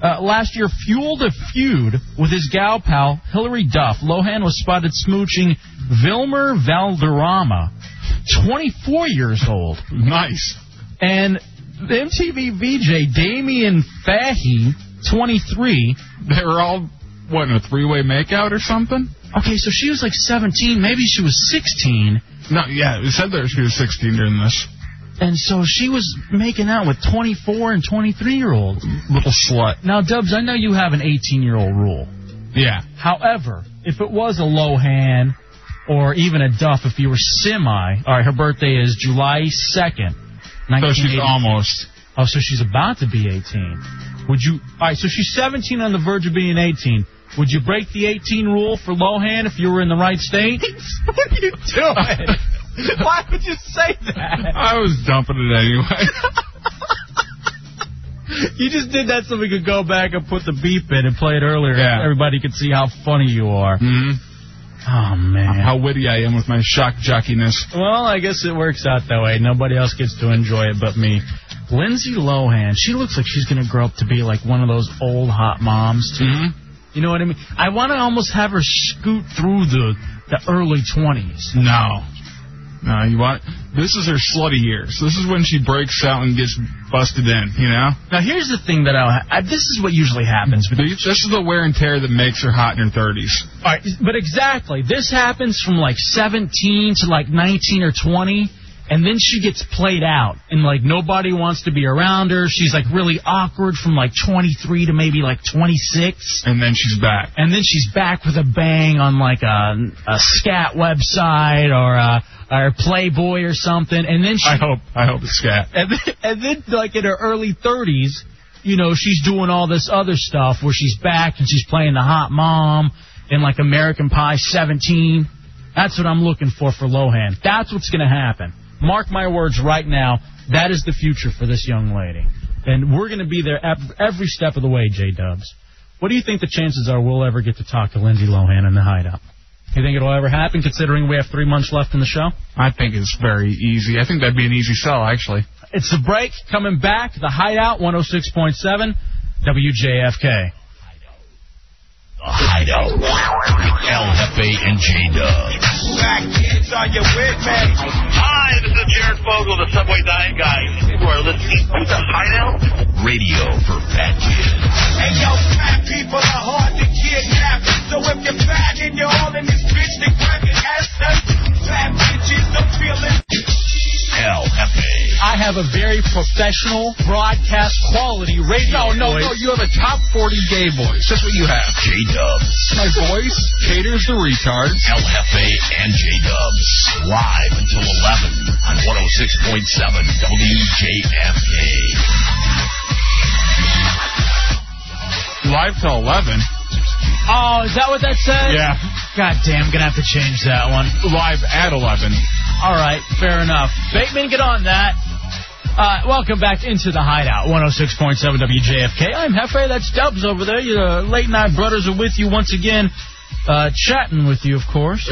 F: Uh, last year, fueled a feud with his gal pal, Hillary Duff. Lohan was spotted smooching Vilmer Valderrama, 24 years old.
G: Nice.
F: And the MTV VJ Damien Fahey, 23.
G: They were all, what, in a three way makeout or something?
F: Okay, so she was like 17. Maybe she was 16.
G: No, yeah, it said there she was 16 during this.
F: And so she was making out with 24 and 23 year olds.
G: Little slut.
F: Now, Dubs, I know you have an 18 year old rule.
G: Yeah.
F: However, if it was a Lohan or even a Duff, if you were semi, all right, her birthday is July 2nd.
G: So she's
F: 1980.
G: almost.
F: Oh, so she's about to be 18. Would you? All right, so she's 17 on the verge of being 18. Would you break the 18 rule for Lohan if you were in the right state? *laughs* what are you *laughs* doing? Why would you say that?
G: I was dumping it anyway. *laughs*
F: *laughs* You just did that so we could go back and put the beep in and play it earlier. Yeah. Everybody could see how funny you are. Oh, man.
G: Mm-hmm. How witty I am with my shock jockiness.
F: Well, I guess it works out that way. Nobody else gets to enjoy it but me. Lindsay Lohan, she looks like she's going to grow up to be like one of those old hot moms, too.
G: Mm-hmm.
F: You know what I mean? I want to almost have her scoot through the, the early 20s.
G: No. No, you want this is her slutty years. This is when she breaks out and gets busted in, you know?
F: Now here's the thing that I'll ha- I, this is what usually happens. But
G: this is the wear and tear that makes her hot in her 30s.
F: All right, but exactly. This happens from like 17 to like 19 or 20, and then she gets played out, and like nobody wants to be around her. She's like really awkward from like 23 to maybe like 26.
G: And then she's back.
F: And then she's back with a bang on like a, a scat website or a, or Playboy or something, and then she.
G: I hope I hope it's scat.
F: And then, and then, like in her early 30s, you know, she's doing all this other stuff where she's back and she's playing the hot mom in like American Pie 17. That's what I'm looking for for Lohan. That's what's going to happen. Mark my words right now. That is the future for this young lady. And we're going to be there ev- every step of the way, J Dubs. What do you think the chances are we'll ever get to talk to Lindsay Lohan in the hideout? You think it'll ever happen considering we have three months left in the show?
G: I think it's very easy. I think that'd be an easy sell, actually.
F: It's the break. Coming back, the Hideout 106.7 WJFK.
B: The Hideout. LFA and J Dubs.
D: Back kids, are you with me? Hi, this is Jared Fogle, the Subway Diet Guy. You are listening to The Hideout.
B: Radio for fat kids.
D: Hey, yo, fat people are hard to kidnap. So if you're fat and you're all in this bitch, then grab your ass up. Fat bitches, I'm feeling.
B: LFA.
F: I have a very professional broadcast quality radio.
G: No, no,
F: voice.
G: you have a top 40 gay voice. That's what you have.
B: J Dubs.
G: My voice caters to retards.
B: LFA and J Dubs. Live until 11 on 106.7 WJFK.
G: Live till 11.
F: Oh, is that what that says?
G: Yeah.
F: God damn, gonna have to change that one.
G: Live at 11.
F: All right, fair enough. Bateman, get on that. Uh, welcome back into the Hideout, 106.7 WJFK. I'm Hefe, that's Dubs over there. Your late night brothers are with you once again, uh, chatting with you, of course.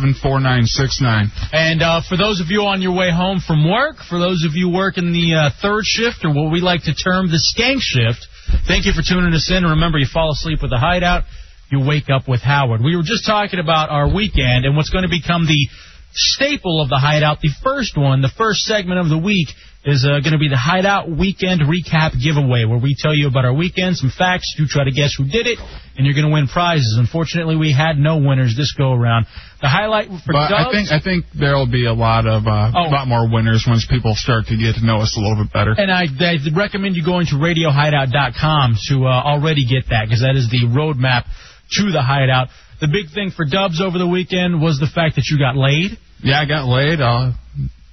G: 866-277-4969.
F: And uh, for those of you on your way home from work, for those of you working the uh, third shift or what we like to term the skank shift, thank you for tuning us in. Remember, you fall asleep with the hideout, you wake up with Howard. We were just talking about our weekend and what's going to become the staple of the hideout. The first one, the first segment of the week, is uh, going to be the hideout weekend recap giveaway where we tell you about our weekend, some facts, you try to guess who did it, and you're going to win prizes. Unfortunately, we had no winners this go around. The highlight for
G: But I
F: Dubs-
G: think I think there'll be a lot of uh,
F: Oh.
G: lot more winners once people start to get to know us a little bit better.
F: And uh, I, I recommend you going to radiohideout.com to uh, already get that because that is the roadmap to the hideout. The big thing for Dubs over the weekend was the fact that you got laid.
G: Yeah, I got laid. Uh,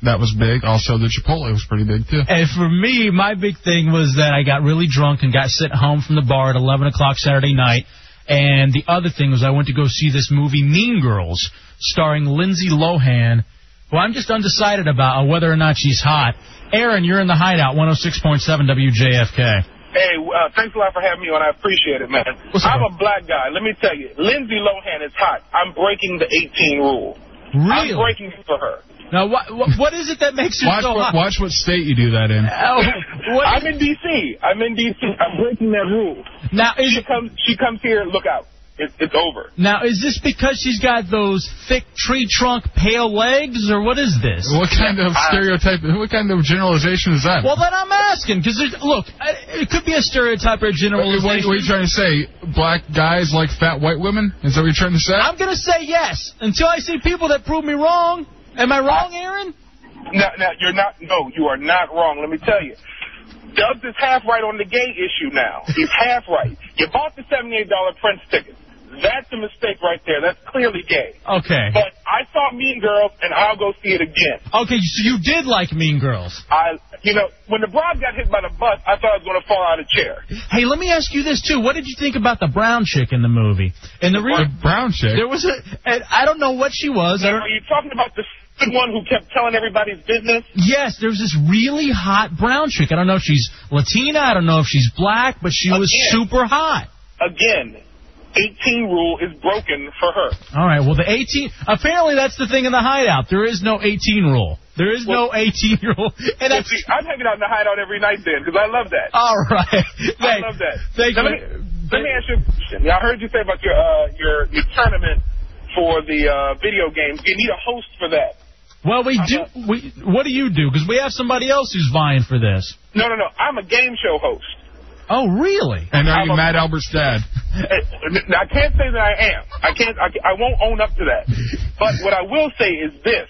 G: that was big. Also, the Chipotle was pretty big too.
F: And for me, my big thing was that I got really drunk and got sent home from the bar at 11 o'clock Saturday night. And the other thing was I went to go see this movie, Mean Girls, starring Lindsay Lohan, who I'm just undecided about on whether or not she's hot. Aaron, you're in the hideout, 106.7 WJFK.
N: Hey, uh, thanks a lot for having me on. I appreciate it, man.
F: What's up,
N: I'm
F: bro?
N: a black guy. Let me tell you, Lindsay Lohan is hot. I'm breaking the 18 rule.
F: Really?
N: I'm breaking for her.
F: Now, what, what, what is it that makes you
G: Watch
F: so
G: what
F: hot?
G: watch what state you do that in.
F: Oh, what-
N: I'm in D.C. I'm in D.C. I'm breaking that rule.
F: now, is
N: She
F: it,
N: comes. She comes here. Look out. It's it's over.
F: now is this because she's got those thick tree trunk pale legs, or what is this?
G: What kind of stereotype? What kind of generalization is that?
F: Well, then I'm asking because look, I- it could be a stereotype or a
G: What, what- what
F: generalization.
G: are you trying to say? Black guys like fat white women? Is that what you're trying to say?
F: I'm gonna say yes until I see people that prove me wrong. Am I wrong, Aaron?
N: Now, now you're not. No, you are not wrong. Let me tell you. Dubs is half right on the gay issue now. He's half right. You bought the $78 Prince ticket. That's a mistake right there. That's clearly gay.
F: Okay.
N: But I saw Mean Girls, and I'll go see it again.
F: Okay, so you did like Mean Girls.
N: I, you know, when LeBron got hit by the bus, I thought I was going to fall out of the chair.
F: Hey, let me ask you this too. What did you think about the brown chick in the movie? And the
G: The
F: reason
G: brown chick.
F: there was a, and I don't know what she was. I don't,
N: Are you talking about the stupid one who kept telling everybody's business?
F: Yes, there was this really hot brown chick. I don't know if she's Latina, I don't know if she's black, but she was
N: Again.
F: super hot.
N: Again, 18 rule is broken for her.
F: All right, well, the 18, apparently that's the thing in the hideout. There is no 18 rule. There is no 18 rule. *laughs* And
N: Well,
F: that's,
N: see, I'm hanging out in the hideout every night then, because I love that.
F: all right. Thank,
N: I love that.
F: Thank
N: Now,
F: you.
N: Let me, let me ask you a question. I heard you say about your uh, your your tournament for the uh, video games. You need a host for that.
F: well, we do, we, what do you do? Because we have somebody else who's vying for this.
N: No, no, no. I'm a game show host.
F: Oh, really?
G: and are you
N: I'm a-
G: Matt Albert's
N: *laughs*
G: dad?
N: Uh, I can't say that I am. I can't. I, I won't own up to that. But what I will say is this: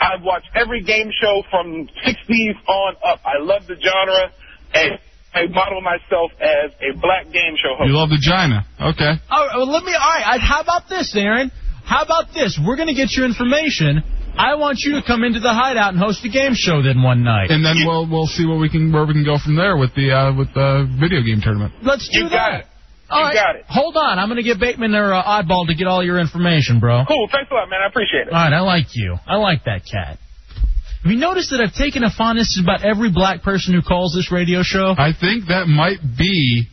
N: I've watched every game show from '60s on up. I love the genre, and I model myself as a black game show host.
G: You love vagina. Okay.
F: All right, well, let me. All right, I, how about this, Aaron? How about this? We're going to get your information. I want you to come into the hideout and host a game show then one night.
G: And then we'll we'll see what we can where we can go from there with the uh, with the video game tournament.
F: Let's do
N: You
F: that.
N: got it.
F: All right.
M: got it.
F: Hold on. I'm going to get Bateman or uh, Oddball to get all your information, bro.
M: Cool. Thanks a lot, man. I appreciate it.
F: All right. I like you. I like that cat. Have you noticed that I've taken a fondness to about every black person who calls this radio show?
G: I think that might be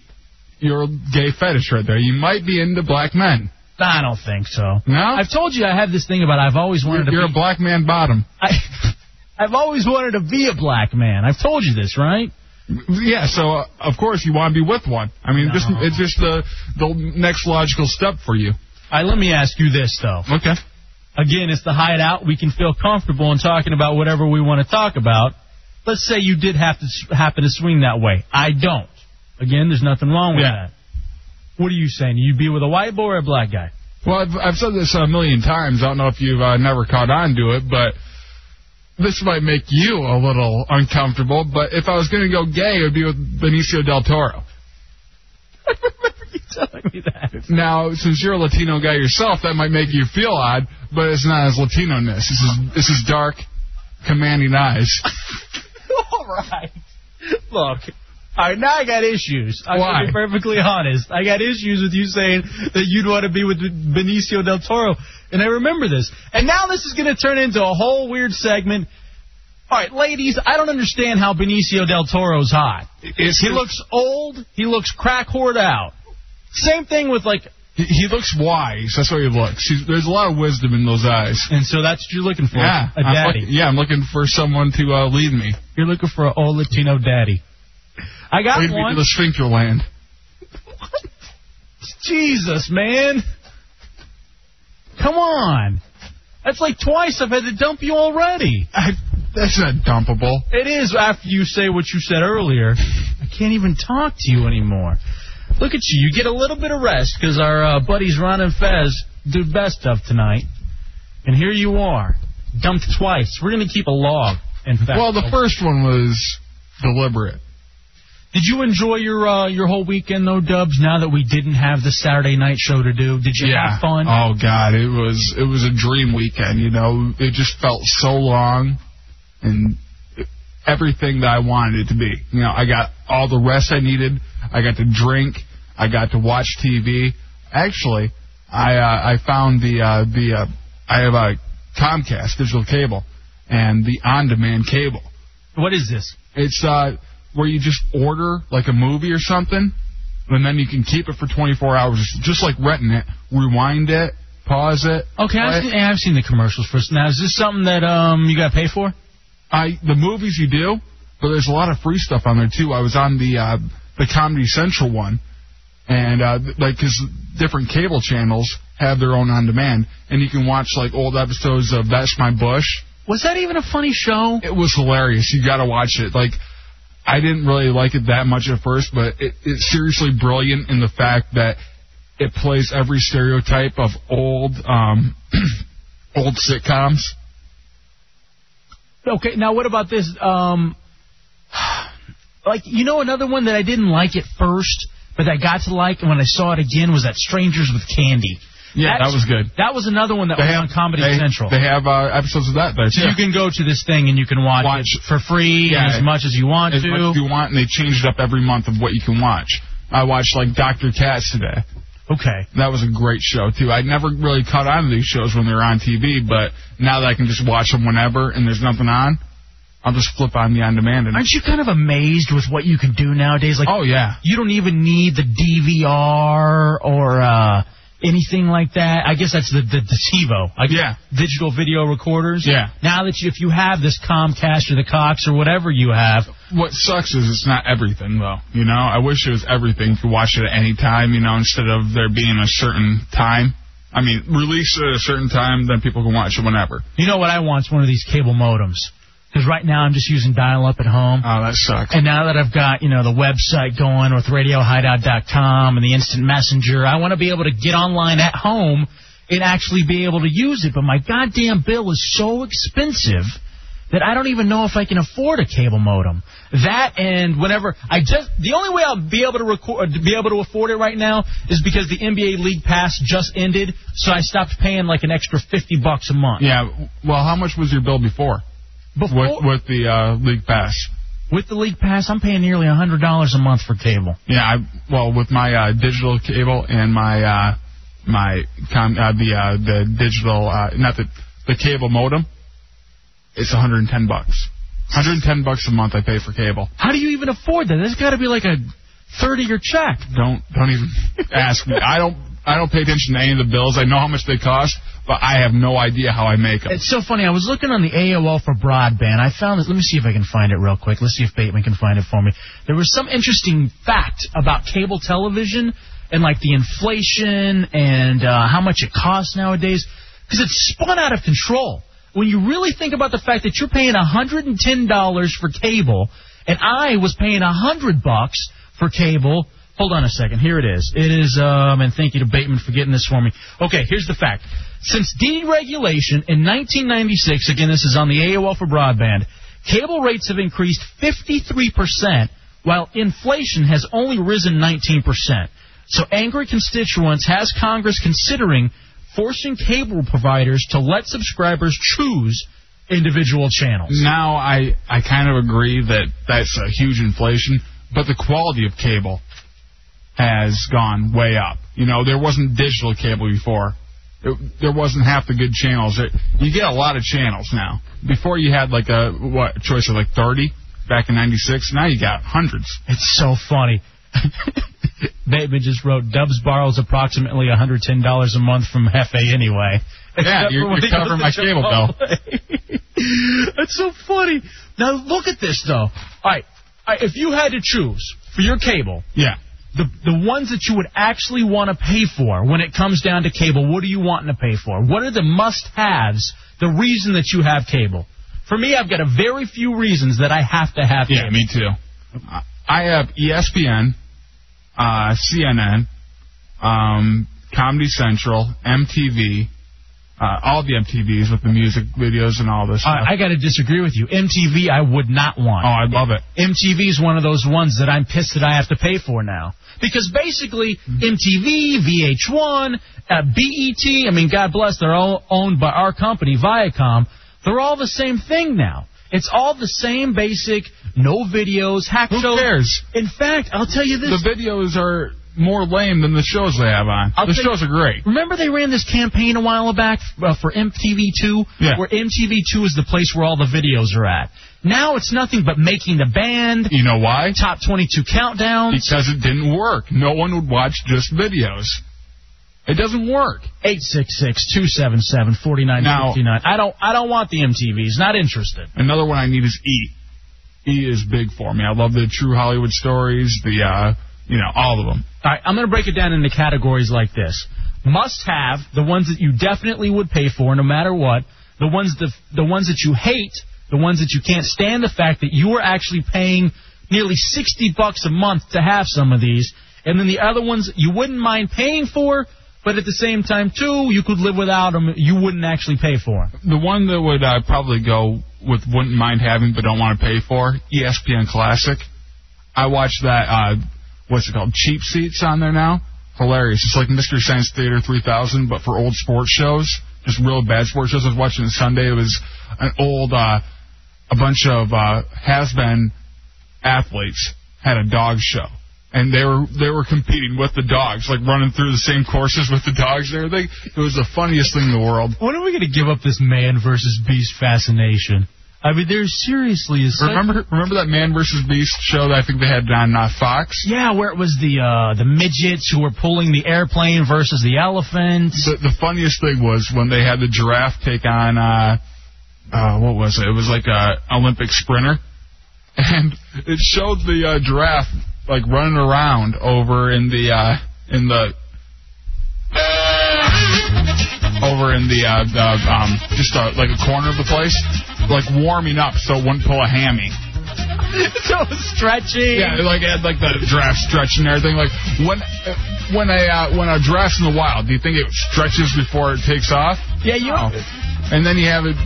G: your gay fetish right there. You might be into black men.
F: I don't think so.
G: No?
F: I've told you I have this thing about I've always wanted
G: You're
F: to
G: a
F: be...
G: black man bottom.
F: I, *laughs* I've always wanted to be a black man. I've told you this, right?
G: Yeah, so uh, of course you want to be with one. I mean, just it's just the the next logical step for you.
F: All right, let me ask you this though.
G: Okay.
F: Again, it's the hideout. We can feel comfortable in talking about whatever we want to talk about. Let's say you did have to s- happen to swing that way. I don't. Again, there's nothing wrong with that. What are you saying? You'd be with a white boy or a black guy?
G: Well, I've, I've said this a million times. I don't know if you've uh, never caught on to it, but this might make you a little uncomfortable. But if I was going to go gay, it would be with Benicio del
F: *laughs*
G: Toro. Now, since you're a Latino guy yourself, that might make you feel odd, but it's not as Latino-ness. This is this is dark, commanding eyes.
F: *laughs* All right. Look. All right, now I got issues. I'm
G: Why?
F: gonna be perfectly honest. I got issues with you saying that you'd want to be with Benicio del Toro, and I remember this. And now this is going to turn into a whole weird segment. All right, ladies, I don't understand how Benicio del Toro's hot.
G: It's-
F: he looks old. He looks crack whored out. Same thing with like.
G: He, he looks wise. That's what he looks. He's, there's a lot of wisdom in those eyes.
F: And so that's what you're looking for.
G: Yeah,
F: a
G: I'm
F: daddy.
G: look- yeah, I'm looking for someone to uh, lead me.
F: You're looking for an old Latino daddy. I got
G: lead me
F: one.
G: to the sphincter land.
F: Jesus, man. Come on. That's like twice I've had to dump you already.
G: that's not dumpable.
F: It is after you say what you said earlier. I can't even talk to you anymore. Look at you. You get a little bit of rest because our uh, buddies Ron and Fez do best of tonight. And here you are, dumped twice. We're going to keep a log, in fact.
G: Well, the first one was deliberate.
F: Did you enjoy your uh, your whole weekend though, Dubs? Now that we didn't have the Saturday night show to do, did you
G: yeah.
F: have fun?
G: Oh God, it was it was a dream weekend. You know, it just felt so long, and everything that I wanted it to be. You know, I got all the rest I needed. I got to drink. I got to watch TV. Actually, I uh, I found the uh, the uh, I have a Comcast digital cable and the on demand cable.
F: What is this?
G: It's uh where you just order like a movie or something, and then you can keep it for 24 hours, just like renting it. Rewind it, pause it.
F: Okay,
G: play
F: I've
G: it.
F: seen, I've seen the commercials for Now, is this something that um you got to pay for?
G: I the movies you do, but there's a lot of free stuff on there too. I was on the uh, the Comedy Central one, and uh, th- like because different cable channels have their own on demand, and you can watch like old episodes of That's My Bush.
F: Was that even a funny show?
G: It was hilarious. You got to watch it. Like I didn't really like it that much at first, but it, it's seriously brilliant in the fact that it plays every stereotype of old um, *clears throat* old sitcoms.
F: Okay, now what about this? Um, *sighs* like you know another one that I didn't like at first, but I got to like when I saw it again was that Strangers with Candy.
G: Yeah, that was good.
F: That was another one that was on Comedy
G: they,
F: Central.
G: They have uh, episodes of that there too.
F: so you can go to this thing and you can watch, it for free and
G: Yeah.
F: as much as you want
G: as
F: to.
G: much as you want, and they change it up every month of what you can watch. I watched like Doctor Katz today.
F: Okay.
G: That was a great show too. I never really caught on to these shows when they were on TV, but now that I can just watch them whenever and there's nothing on, I'll just flip on the on demand. And
F: Aren't you kind of amazed with what you can do nowadays? Like,
G: oh yeah,
F: you don't even need the DVR or uh, anything like that. I guess that's the the, the TiVo. I guess
G: Yeah.
F: digital video recorders.
G: Yeah.
F: Now that you, if you have this Comcast or the Cox or whatever you have,
G: What sucks is it's not everything though. You know, I wish it was everything. If you watch it at any time, you know, instead of there being a certain time. I mean, release it at a certain time, then people can watch it whenever.
F: you know what I want's one of these cable modems. Because right now I'm just using dial up at home.
G: Oh, that sucks.
F: And now that I've got, you know, the website going with radiohideout.com and the instant messenger, I want to be able to get online at home and actually be able to use it. But my goddamn bill is so expensive that I don't even know if I can afford a cable modem. That and whenever I just the only way I'll be able to record to be able to afford it right now is because the NBA league pass just ended, so I stopped paying like an extra 50 bucks a month.
G: Yeah. Well, how much was your bill before?
F: Before
G: With, with the uh, league pass.
F: With the league pass, I'm paying nearly $100 a month for cable.
G: Yeah, I well with my uh, digital cable and my uh, my com, uh, the uh, the digital uh, not the the cable modem, it's 110 bucks. 110 bucks a month I pay for cable.
F: How do you even afford that? That's got to be like a 30-year check.
G: Don't don't even ask me. I don't I don't pay attention to any of the bills. I know how much they cost, but I have no idea how I make them.
F: It's so funny. I was looking on the AOL for broadband. I found this. Let me see if I can find it real quick. Let's see if Bateman can find it for me. There was some interesting fact about cable television and like the inflation and uh, how much it costs nowadays because it's spun out of control. When you really think about the fact that you're paying $110 for cable and I was paying 100 bucks for cable Hold on a second. Here it is. It is, um, and thank you to Bateman for getting this for me. Okay, here's the fact. Since deregulation in 1996, again, this is on the AOL for broadband, cable rates have increased 53%, while inflation has only risen 19%. So angry constituents has Congress considering forcing cable providers to let subscribers choose individual channels.
G: Now I I kind of agree that that's a huge inflation, but the quality of cable has gone way up. You know, there wasn't digital cable before. It, there wasn't half the good channels. It, you get a lot of channels now. Before you had like a what choice of like 30 back in 96. Now you got hundreds.
F: It's so funny. *laughs* Bateman just wrote, Dubs borrows approximately $110 a month from Hefe anyway.
G: *laughs* Yeah, you're- you're covering my cable bill.
F: bill. "Oh, *laughs* That's so funny. Now look at this though. All right, all right, if you had to choose for your cable,
G: yeah,
F: the the ones that you would actually want to pay for when it comes down to cable, what are you wanting to pay for? What are the must-haves? The reason that you have cable. For me, I've got a very few reasons that I have to have
G: Yeah,
F: cable.
G: me too. I- I have ESPN, uh, CNN, um, Comedy Central, MTV, uh, all the MTVs with the music videos and all this. Stuff.
F: I, I got to disagree with you. MTV, I would not want.
G: Oh, I love it.
F: MTV is one of those ones that I'm pissed that I have to pay for now. Because basically, MTV, VH1, uh, BET, I mean, God bless, they're all owned by our company, Viacom. They're all the same thing now. It's all the same basic, no videos, hack Who shows.
G: cares?
F: In fact, I'll tell you this.
G: The videos are more lame than the shows they have on.
F: I'll
G: the
F: tell you-
G: shows are great.
F: Remember they ran this campaign a while back uh, for MTV2,
G: Yeah.
F: where MTV2 is the place where all the videos are at. Now it's nothing but making the band.
G: You know why?
F: Top 22 countdowns.
G: Because it didn't work. No one would watch just videos. It doesn't work.
F: 866-277-4959. I don't I don't want the MTVs. Not interested.
G: Another one I need is E. E is big for me. I love the True Hollywood stories. The uh, you know all of them.
F: All right, I'm going to break it down into categories like this. Must have, the ones that you definitely would pay for no matter what, the ones the the ones that you hate, the ones that you can't stand the fact that you are actually paying nearly 60 bucks a month to have some of these, and then the other ones that you wouldn't mind paying for, but at the same time too, you could live without them, you wouldn't actually pay for them.
G: The one that would uh, probably go with wouldn't mind having but don't want to pay for E ESPN Classic. I watch that. Uh, what's it called? Cheap seats on there now. Hilarious. It's like Mystery Science Theater 3000, but for old sports shows, just real bad sports shows. I was watching it Sunday. It was an old, uh, a bunch of uh, has-been athletes had a dog show. And they were they were competing with the dogs, like running through the same courses with the dogs and everything. It was the funniest thing in the world.
F: When are we going to give up this man versus beast fascination? I mean, there seriously is.
G: Remember, remember that Man vs. Beast show that I think they had on uh, Fox?
F: Yeah, where it was the uh, the midgets who were pulling the airplane versus the elephant.
G: The, the funniest thing was when they had the giraffe take on, uh, uh, what was it? It was like a Olympic sprinter, *laughs* and it showed the uh, giraffe like running around over in the uh, in the over in the, uh, the um, just uh, like a corner of the place, like warming up so it wouldn't pull a hammy.
F: *laughs* so stretchy.
G: Yeah, like it had like the giraffe stretch and everything. Like when when a uh, when a giraffe's in the wild, do you think it stretches before it takes off?
F: Yeah, you.
G: No. And then you have it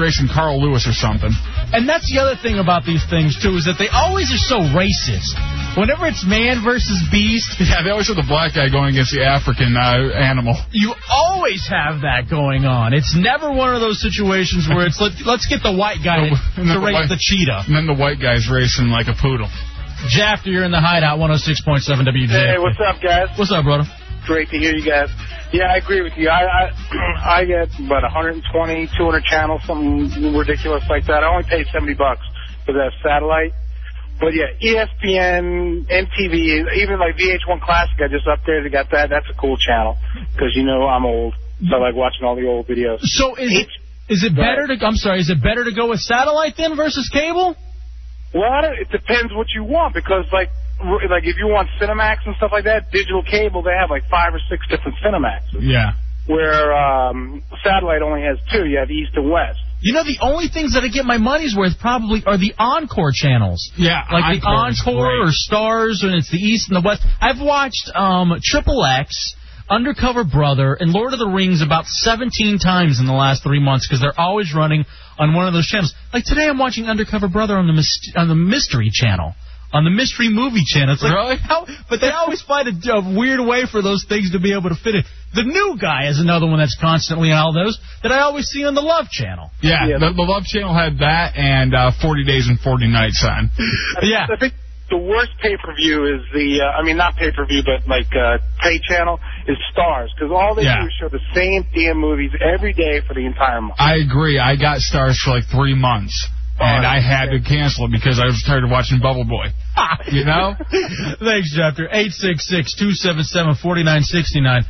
G: racing Carl Lewis or something.
F: And that's the other thing about these things too is that they always are so racist. Whenever it's man versus beast,
G: *laughs* yeah, they always have the black guy going against the African uh, animal.
F: You always have that going on. It's never one of those situations where it's let, let's get the white
G: *laughs*
F: guy
G: And then
F: to race
G: white-
F: the cheetah.
G: And then the white guy's racing like a poodle.
F: Jafter, you're in the hideout 106.7 WJ.
K: Hey, what's up, guys?
F: What's up, brother?
K: Great to hear you guys. Yeah, I agree with you. I I, *clears throat* I get about 120, 200 channels, something ridiculous like that. I only pay 70 bucks for that satellite. But yeah, E ESPN, MTV, even like VH1 Classic, I just updated. I got that. That's a cool channel because you know I'm old, so I like watching all the old videos.
F: So is it is it better to? I'm sorry, is it better to go with satellite then versus cable?
K: Well, I don't- it depends what you want because like r- like if you want Cinemax and stuff like that, digital cable they have like five or six different Cinemax.
G: Yeah.
K: where um, satellite only has two. You have east and west.
F: You know, the only things that I get my money's worth probably are the encore channels.
G: Yeah,
F: like
G: Encore is
F: the encore or stars, and it's the east and the west. I've watched um Triple X, Undercover Brother, and Lord of the Rings about 17 times in the last three months because they're always running on one of those channels. Like today, I'm watching Undercover Brother on the mis- on the Mystery Channel. On the mystery movie channel, it's like how, but they always find a, a weird way for those things to be able to fit in. The new guy is another one that's constantly on all those that I always see on the Love Channel.
G: Yeah, The, the Love Channel had that and uh, 40 Days and 40 Nights on.
F: Yeah.
K: I think the worst pay per view is the uh, I mean not pay per view but like uh, pay channel is stars because all they
G: Yeah.
K: do is show the same damn movies every day for the entire month.
G: I agree. I got stars for like three months. And I had to cancel it because I was tired of watching Bubble Boy. You know?
F: Thanks, Jeffter. 866-277-4969.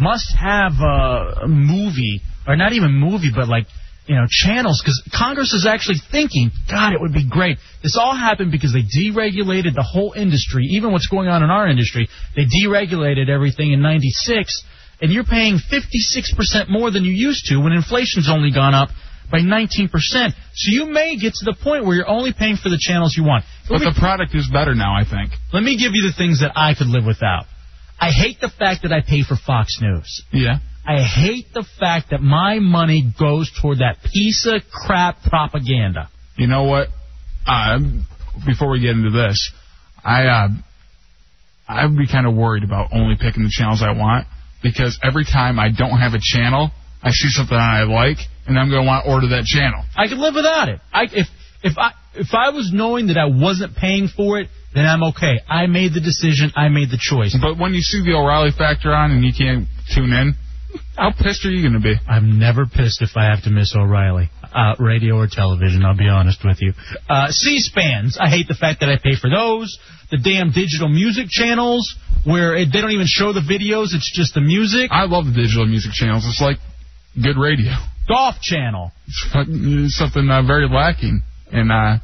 F: Must have uh, a movie, or not even movie, but like, you know, channels, because Congress is actually thinking, God, it would be great. This all happened because they deregulated the whole industry, even what's going on in our industry. They deregulated everything in 96, and you're paying 56% more than you used to when inflation's only gone up by 19%. So you may get to the point where you're only paying for the channels you want.
G: But the product is better now, I think.
F: Let me give you the things that I could live without. I hate the fact that I pay for Fox News.
G: Yeah.
F: I hate the fact that my money goes toward that piece of crap propaganda.
G: You know what? Uh, before we get into this, I uh, I would be kind of worried about only picking the channels I want because every time I don't have a channel, I see something I like, and I'm going to want to order that channel.
F: I could live without it. I if if I if I was knowing that I wasn't paying for it, then I'm okay. I made the decision. I made the choice.
G: But when you see the O'Reilly factor on and you can't tune in, how pissed are you going to be?
F: I'm never pissed if I have to miss O'Reilly, uh, radio or television. I'll be honest with you. Uh, C-SPANs, I hate the fact that I pay for those. The damn digital music channels where it, they don't even show the videos; it's just the music.
G: I love the digital music channels. It's like good radio.
F: Golf Channel,
G: It's fucking- it's something uh, very lacking. And uh,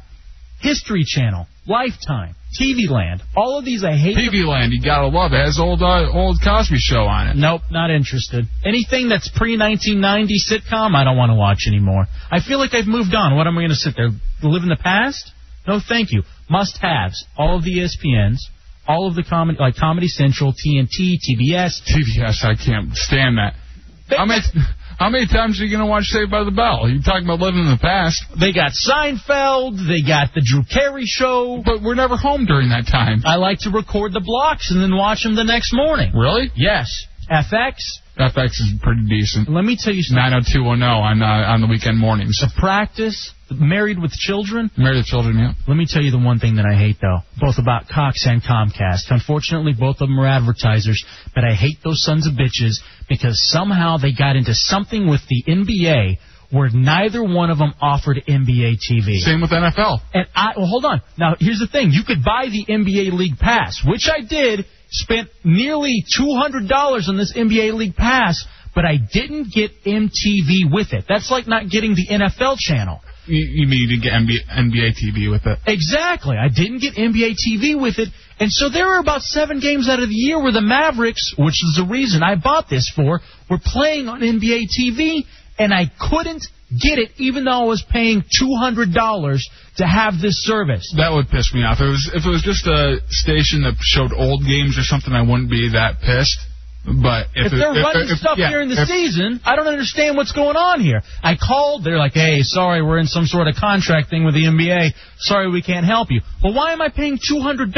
F: History Channel, Lifetime, TV Land. All of these I hate.
G: TV Land, you gotta love it. It Has old uh, old Cosby Show on it.
F: Nope, not interested. Anything that's pre 1990 sitcom, I don't want to watch anymore. I feel like I've moved on. What am I going to sit there? Live in the past? No, thank you. Must haves. All of the E ESPNs, all of the comedy, like Comedy Central, TNT, TBS.
G: TBS, I can't stand that. How many, how many times are you going to watch Saved by the Bell? You're talking about living in the past.
F: They got Seinfeld. They got the Drew Carey show.
G: But we're never home during that time.
F: I like to record the blocks and then watch them the next morning.
G: Really?
F: Yes. FX.
G: FX is pretty decent.
F: Let me tell you something.
G: 90210 on uh, on the weekend mornings.
F: The practice, Married with Children.
G: Married to Children, yeah.
F: Let me tell you the one thing that I hate, though, both about Cox and Comcast. Unfortunately, both of them are advertisers, but I hate those sons of bitches because somehow they got into something with the NBA where neither one of them offered NBA TV.
G: Same with NFL.
F: And I well, hold on. Now here's the thing: you could buy the NBA League Pass, which I did. Spent nearly two hundred dollars on this NBA League Pass, but I didn't get MTV with it. That's like not getting the NFL channel.
G: You, you need to get NBA, NBA TV with it.
F: Exactly. I didn't get NBA TV with it. And so there are about seven games out of the year where the Mavericks, which is the reason I bought this for, were playing on NBA TV, and I couldn't get it even though I was paying $200 to have this service.
G: That would piss me off. If it was if it was just a station that showed old games or something, I wouldn't be that pissed. But
F: If,
G: if, it-
F: they're running
G: if-
F: stuff
G: yeah,
F: during the
G: if-
F: season, I don't understand what's going on here. I called. They're like, hey, sorry, we're in some sort of contract thing with the NBA. Sorry, we can't help you. Well, why am I paying $200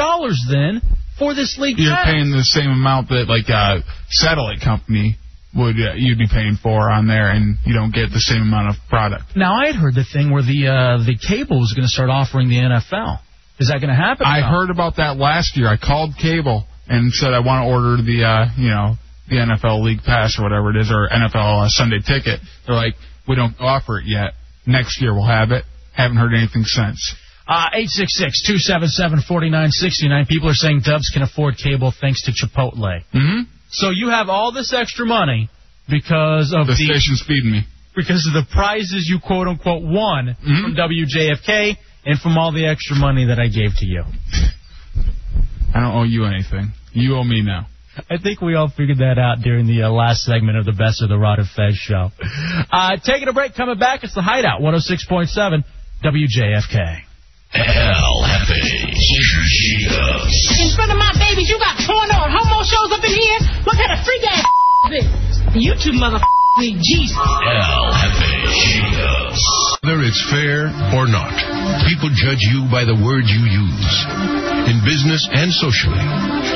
F: then for this league
G: you're
F: pass?
G: paying the same amount that like a satellite company would uh, you'd be paying for on there, and you don't get the same amount of product.
F: Now, I had heard the thing where the uh, the cable was going to start offering the NFL. Is that going to happen?
G: I heard about that last year. I called cable and said I want to order the uh, you know the NFL League Pass or whatever it is or NFL uh, Sunday Ticket. They're like, we don't offer it yet. Next year we'll have it. Haven't heard anything since.
F: Uh, 866-277-4969. People are saying Dubs can afford cable thanks to Chipotle.
G: Mm-hmm.
F: So you have all this extra money because of the,
G: station's feeding me. Mm-hmm.
F: Because of the prizes you quote unquote won from WJFK and from all the extra money that I gave to you.
G: I don't owe you anything. You owe me now.
F: I think we all figured that out during the uh, last segment of the Best of the Rod and Fez show. Uh, taking a break, coming back. It's the Hideout 106.7 WJFK.
A: In front of my babies, you got porno and homo shows up in here. What kind of freak ass *laughs* is? You two motherfuckers need Jesus.
O: Whether it's fair or not, people judge you by the words you use. In business and socially,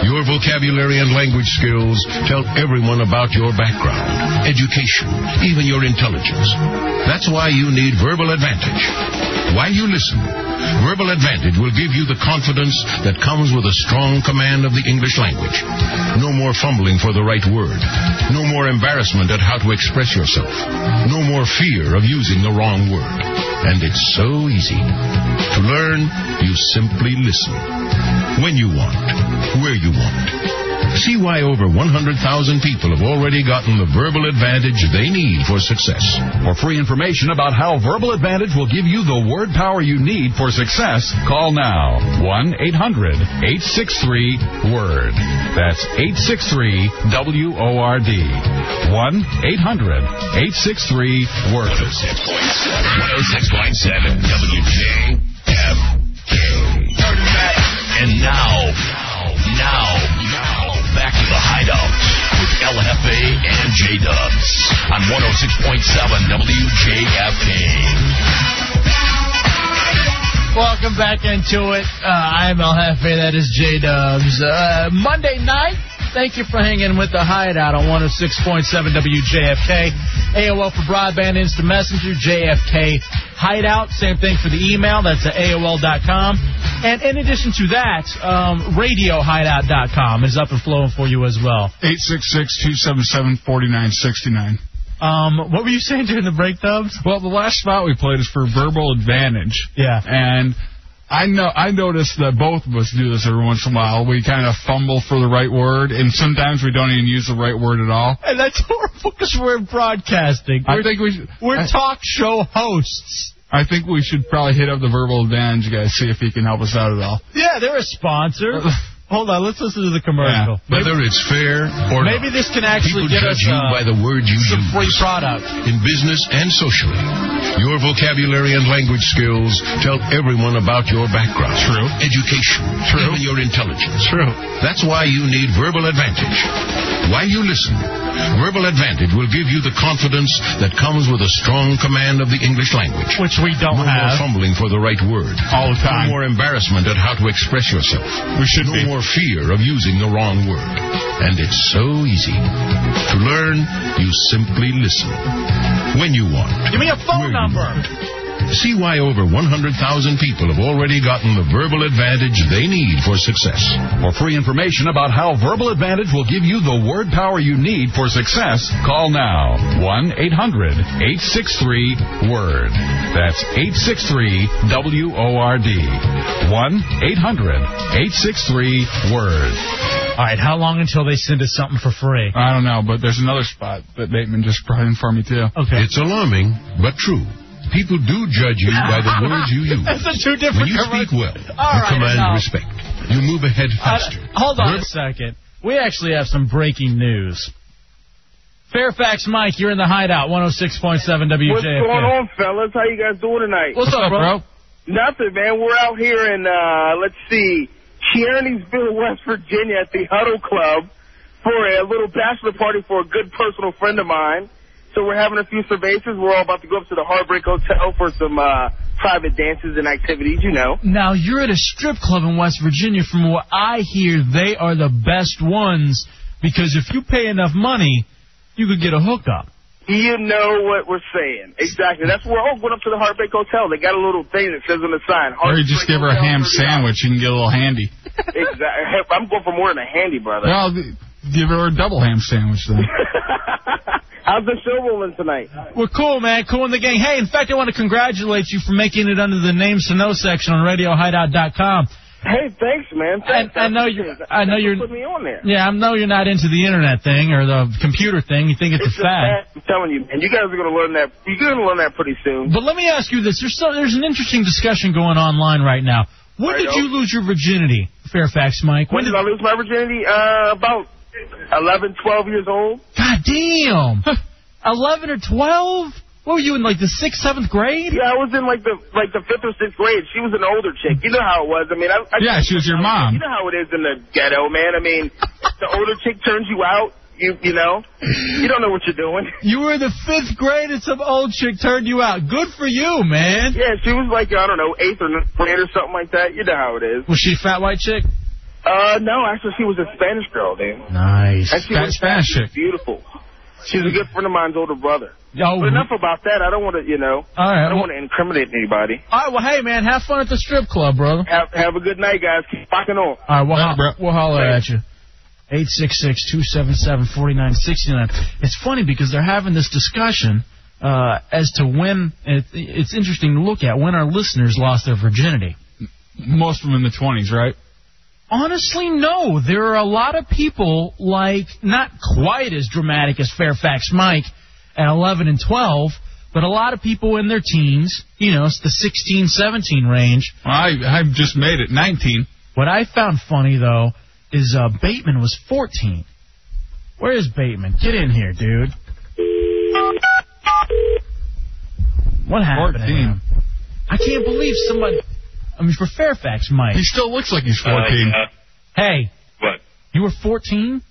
O: your vocabulary and language skills tell everyone about your background, education, even your intelligence. That's why you need verbal advantage. While you listen, verbal advantage will give you the confidence that comes with a strong command of the English language. No more fumbling for the right word. No more embarrassment at how to express yourself. No more fear of using the wrong word. And it's so easy. To learn, you simply listen. When you want, where you want. See why over 100,000 people have already gotten the verbal advantage they need for success.
P: For free information about how Verbal Advantage will give you the word power you need for success, call now 1 800 863 WORD. That's 863 W O R D. 1 800 863 WORD.
B: 106.7 WJFK. And now, now, now, back to the hideout with LFA and J Dubs on 106.7 WJFK.
Q: Welcome back into it. Uh, I'm El Jefe. That is J Dubs. Uh, Monday night. Thank you for hanging with the Hideout on 106.7 WJFK. AOL for broadband instant messenger, JFK Hideout. Same thing for the email. That's at AOL.com. And in addition to that, um, RadioHideout.com is up and flowing for you as well.
G: 866-277-4969.
Q: Um, what were you saying during the break, Dubs?
G: Well, the last spot we played is for verbal advantage.
Q: Yeah.
G: And I know I noticed that both of us do this every once in a while. We kind of fumble for the right word, and sometimes we don't even use the right word at all.
Q: And that's *laughs* horrible because we're broadcasting.
G: I think we should,
Q: we're talk show hosts.
G: I think we should probably hit up the verbal advantage guy, see if he can help us out at all.
Q: Yeah, they're a *laughs* sponsor. Hold on, let's listen to the commercial.
O: Whether it's fair or
Q: Maybe
O: not,
Q: this can actually
O: people
Q: get
O: judge
Q: us,
O: you
Q: uh,
O: by the word you
Q: some
O: use.
Q: free product
O: in business and socially. Your vocabulary and language skills tell everyone about your background, true, education, true, even your intelligence, true. That's why you need verbal advantage. While you listen, verbal advantage will give you the confidence that comes with a strong command of the English language,
Q: which we don't
O: no
Q: have.
O: more fumbling for the right word. All the time. No more embarrassment at how to express yourself. We should no more fear of using the wrong word. And it's so easy. To learn, you simply listen. When you want.
Q: Give me a phone number.
O: See why over 100,000 people have already gotten the verbal advantage they need for success.
P: For free information about how Verbal Advantage will give you the word power you need for success, call now 1 800 863 WORD. That's 863 W O R D. 1 800 863 WORD.
F: All right, how long until they send us something for free?
G: I don't know, but there's another spot that Bateman just brought in for me too.
F: Okay.
O: It's alarming, but true. People do judge you by the words you use.
Q: That's the two different
O: When you speak well,
Q: All
O: you
Q: right,
O: command
Q: enough.
O: respect. You move ahead faster.
F: Uh,
I: Uh,
F: Hold on a second. We actually have some breaking news. Fairfax Mike, you're in the hideout, 106.7 WJFK.
M: What's going on, fellas? How you guys doing tonight?
F: What's up, bro?
M: Nothing, man. We're out here in uh let's see, Kearneysville, West Virginia, at the Huddle Club
J: for a little bachelor party for a good personal friend of mine. So we're having a few cervezas. We're all about to go up to the Heartbreak Hotel for some uh, private dances and activities, you know.
F: Now you're at a strip club in West Virginia. From what I hear, they are the best ones because if you pay enough money, you could get a hookup.
J: You know what we're saying. Exactly. That's where I went up to the Heartbreak Hotel. They got a little thing that says on the sign.
G: *laughs* Or you just give her a ham sandwich. You can get a little handy.
J: exactly. I'm going for more than a handy, brother.
G: Well, th- give her a double ham sandwich
F: *laughs*
G: then.
J: How's the show rolling tonight?
F: We're cool, man. Cool in the gang. Hey, in fact, I want to congratulate you for making it under the names to know section on RadioHideout.com.
J: Hey, thanks, man. Thanks.
F: I, I know you. I know
J: Thanks
F: you're.
J: for putting me on there.
F: Yeah, I know you're not into the internet thing or the computer thing. You think it's,
J: It's
F: a fad.
J: I'm telling you, man. You guys are going to learn that. You're going to learn that pretty soon.
F: But let me ask you this: there's so, there's an interesting discussion going online right now. When did you lose your virginity, Fairfax Mike?
J: When did I lose my virginity? Uh, about 11, 12 years old.
F: God damn. 11 or 12? What were you in, like the 6th, 7th grade?
J: Yeah, I was in like the like the fifth or sixth grade. She was an older chick. You know how it was. I mean, I, I
G: Yeah, she was your mom.
J: You know how it is in the ghetto, man. I mean, the older chick turns you out. You you know, you don't know what you're doing.
F: *laughs* You were in the 5th grade and some old chick turned you out. Good for you, man.
J: Yeah, she was like I don't know eighth or ninth grade or something like that. You know how it is.
F: Was she a fat white chick?
J: Uh, no, actually, she was a Spanish girl, dude.
F: Nice.
J: And she
F: Spa-
J: was
F: Spanish
J: she
F: chick.
J: was beautiful. She's a good friend of mine's older brother.
F: Oh,
J: but enough about that. I don't want to, you know.
F: All right,
J: I don't
F: well-
J: want to incriminate anybody.
F: All right, well, hey, man, have fun at the strip club, brother.
J: Have have a
F: *laughs*
J: good night, guys. Keep rocking on.
F: All right, Uh, we'll, ho- we'll holler at you. 866-277-4969. It's funny because they're having this discussion uh, as to when, it, it's interesting to look at, when our listeners lost their virginity.
G: Most of them in the 20s, right?
F: Honestly, no. There are a lot of people, like, not quite as dramatic as Fairfax Mike at 11 and 12, but a lot of people in their teens, you know, it's the 16, 17 range.
G: I, I just made it 19.
F: What I found funny, though, is uh, Bateman was 14. Where is Bateman? Get in here, dude. What happened? to him? I can't believe somebody. I mean, for Fairfax, Mike.
G: He still looks like
R: Uh,
G: he's 14.
J: Uh,
F: Hey.
R: What?
F: You were 14?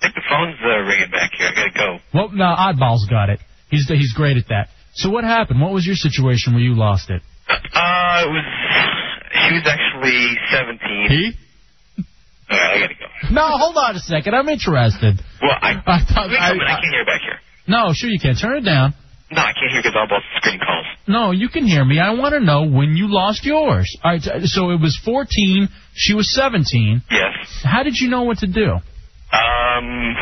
R: I think the phone's uh, ringing back here. I gotta go.
F: Well, no, Oddball's got it. He's he's great at that. So what happened? What was your situation where you lost it?
R: Uh, it was. She was actually 17.
G: He?
R: All right, I gotta go.
F: No, hold on a second. I'm interested.
R: Well, I.
F: *laughs* I thought-
R: Wait a
F: I-
R: minute, I,
F: I-
R: can't hear back here.
F: No, sure you can. Turn it down.
R: No, I can't hear because all both screen calls.
F: No, you can hear me. I want to know when you lost yours. All right, so it was 14. She was 17.
R: Yes.
F: How did you know what to do?
R: Um,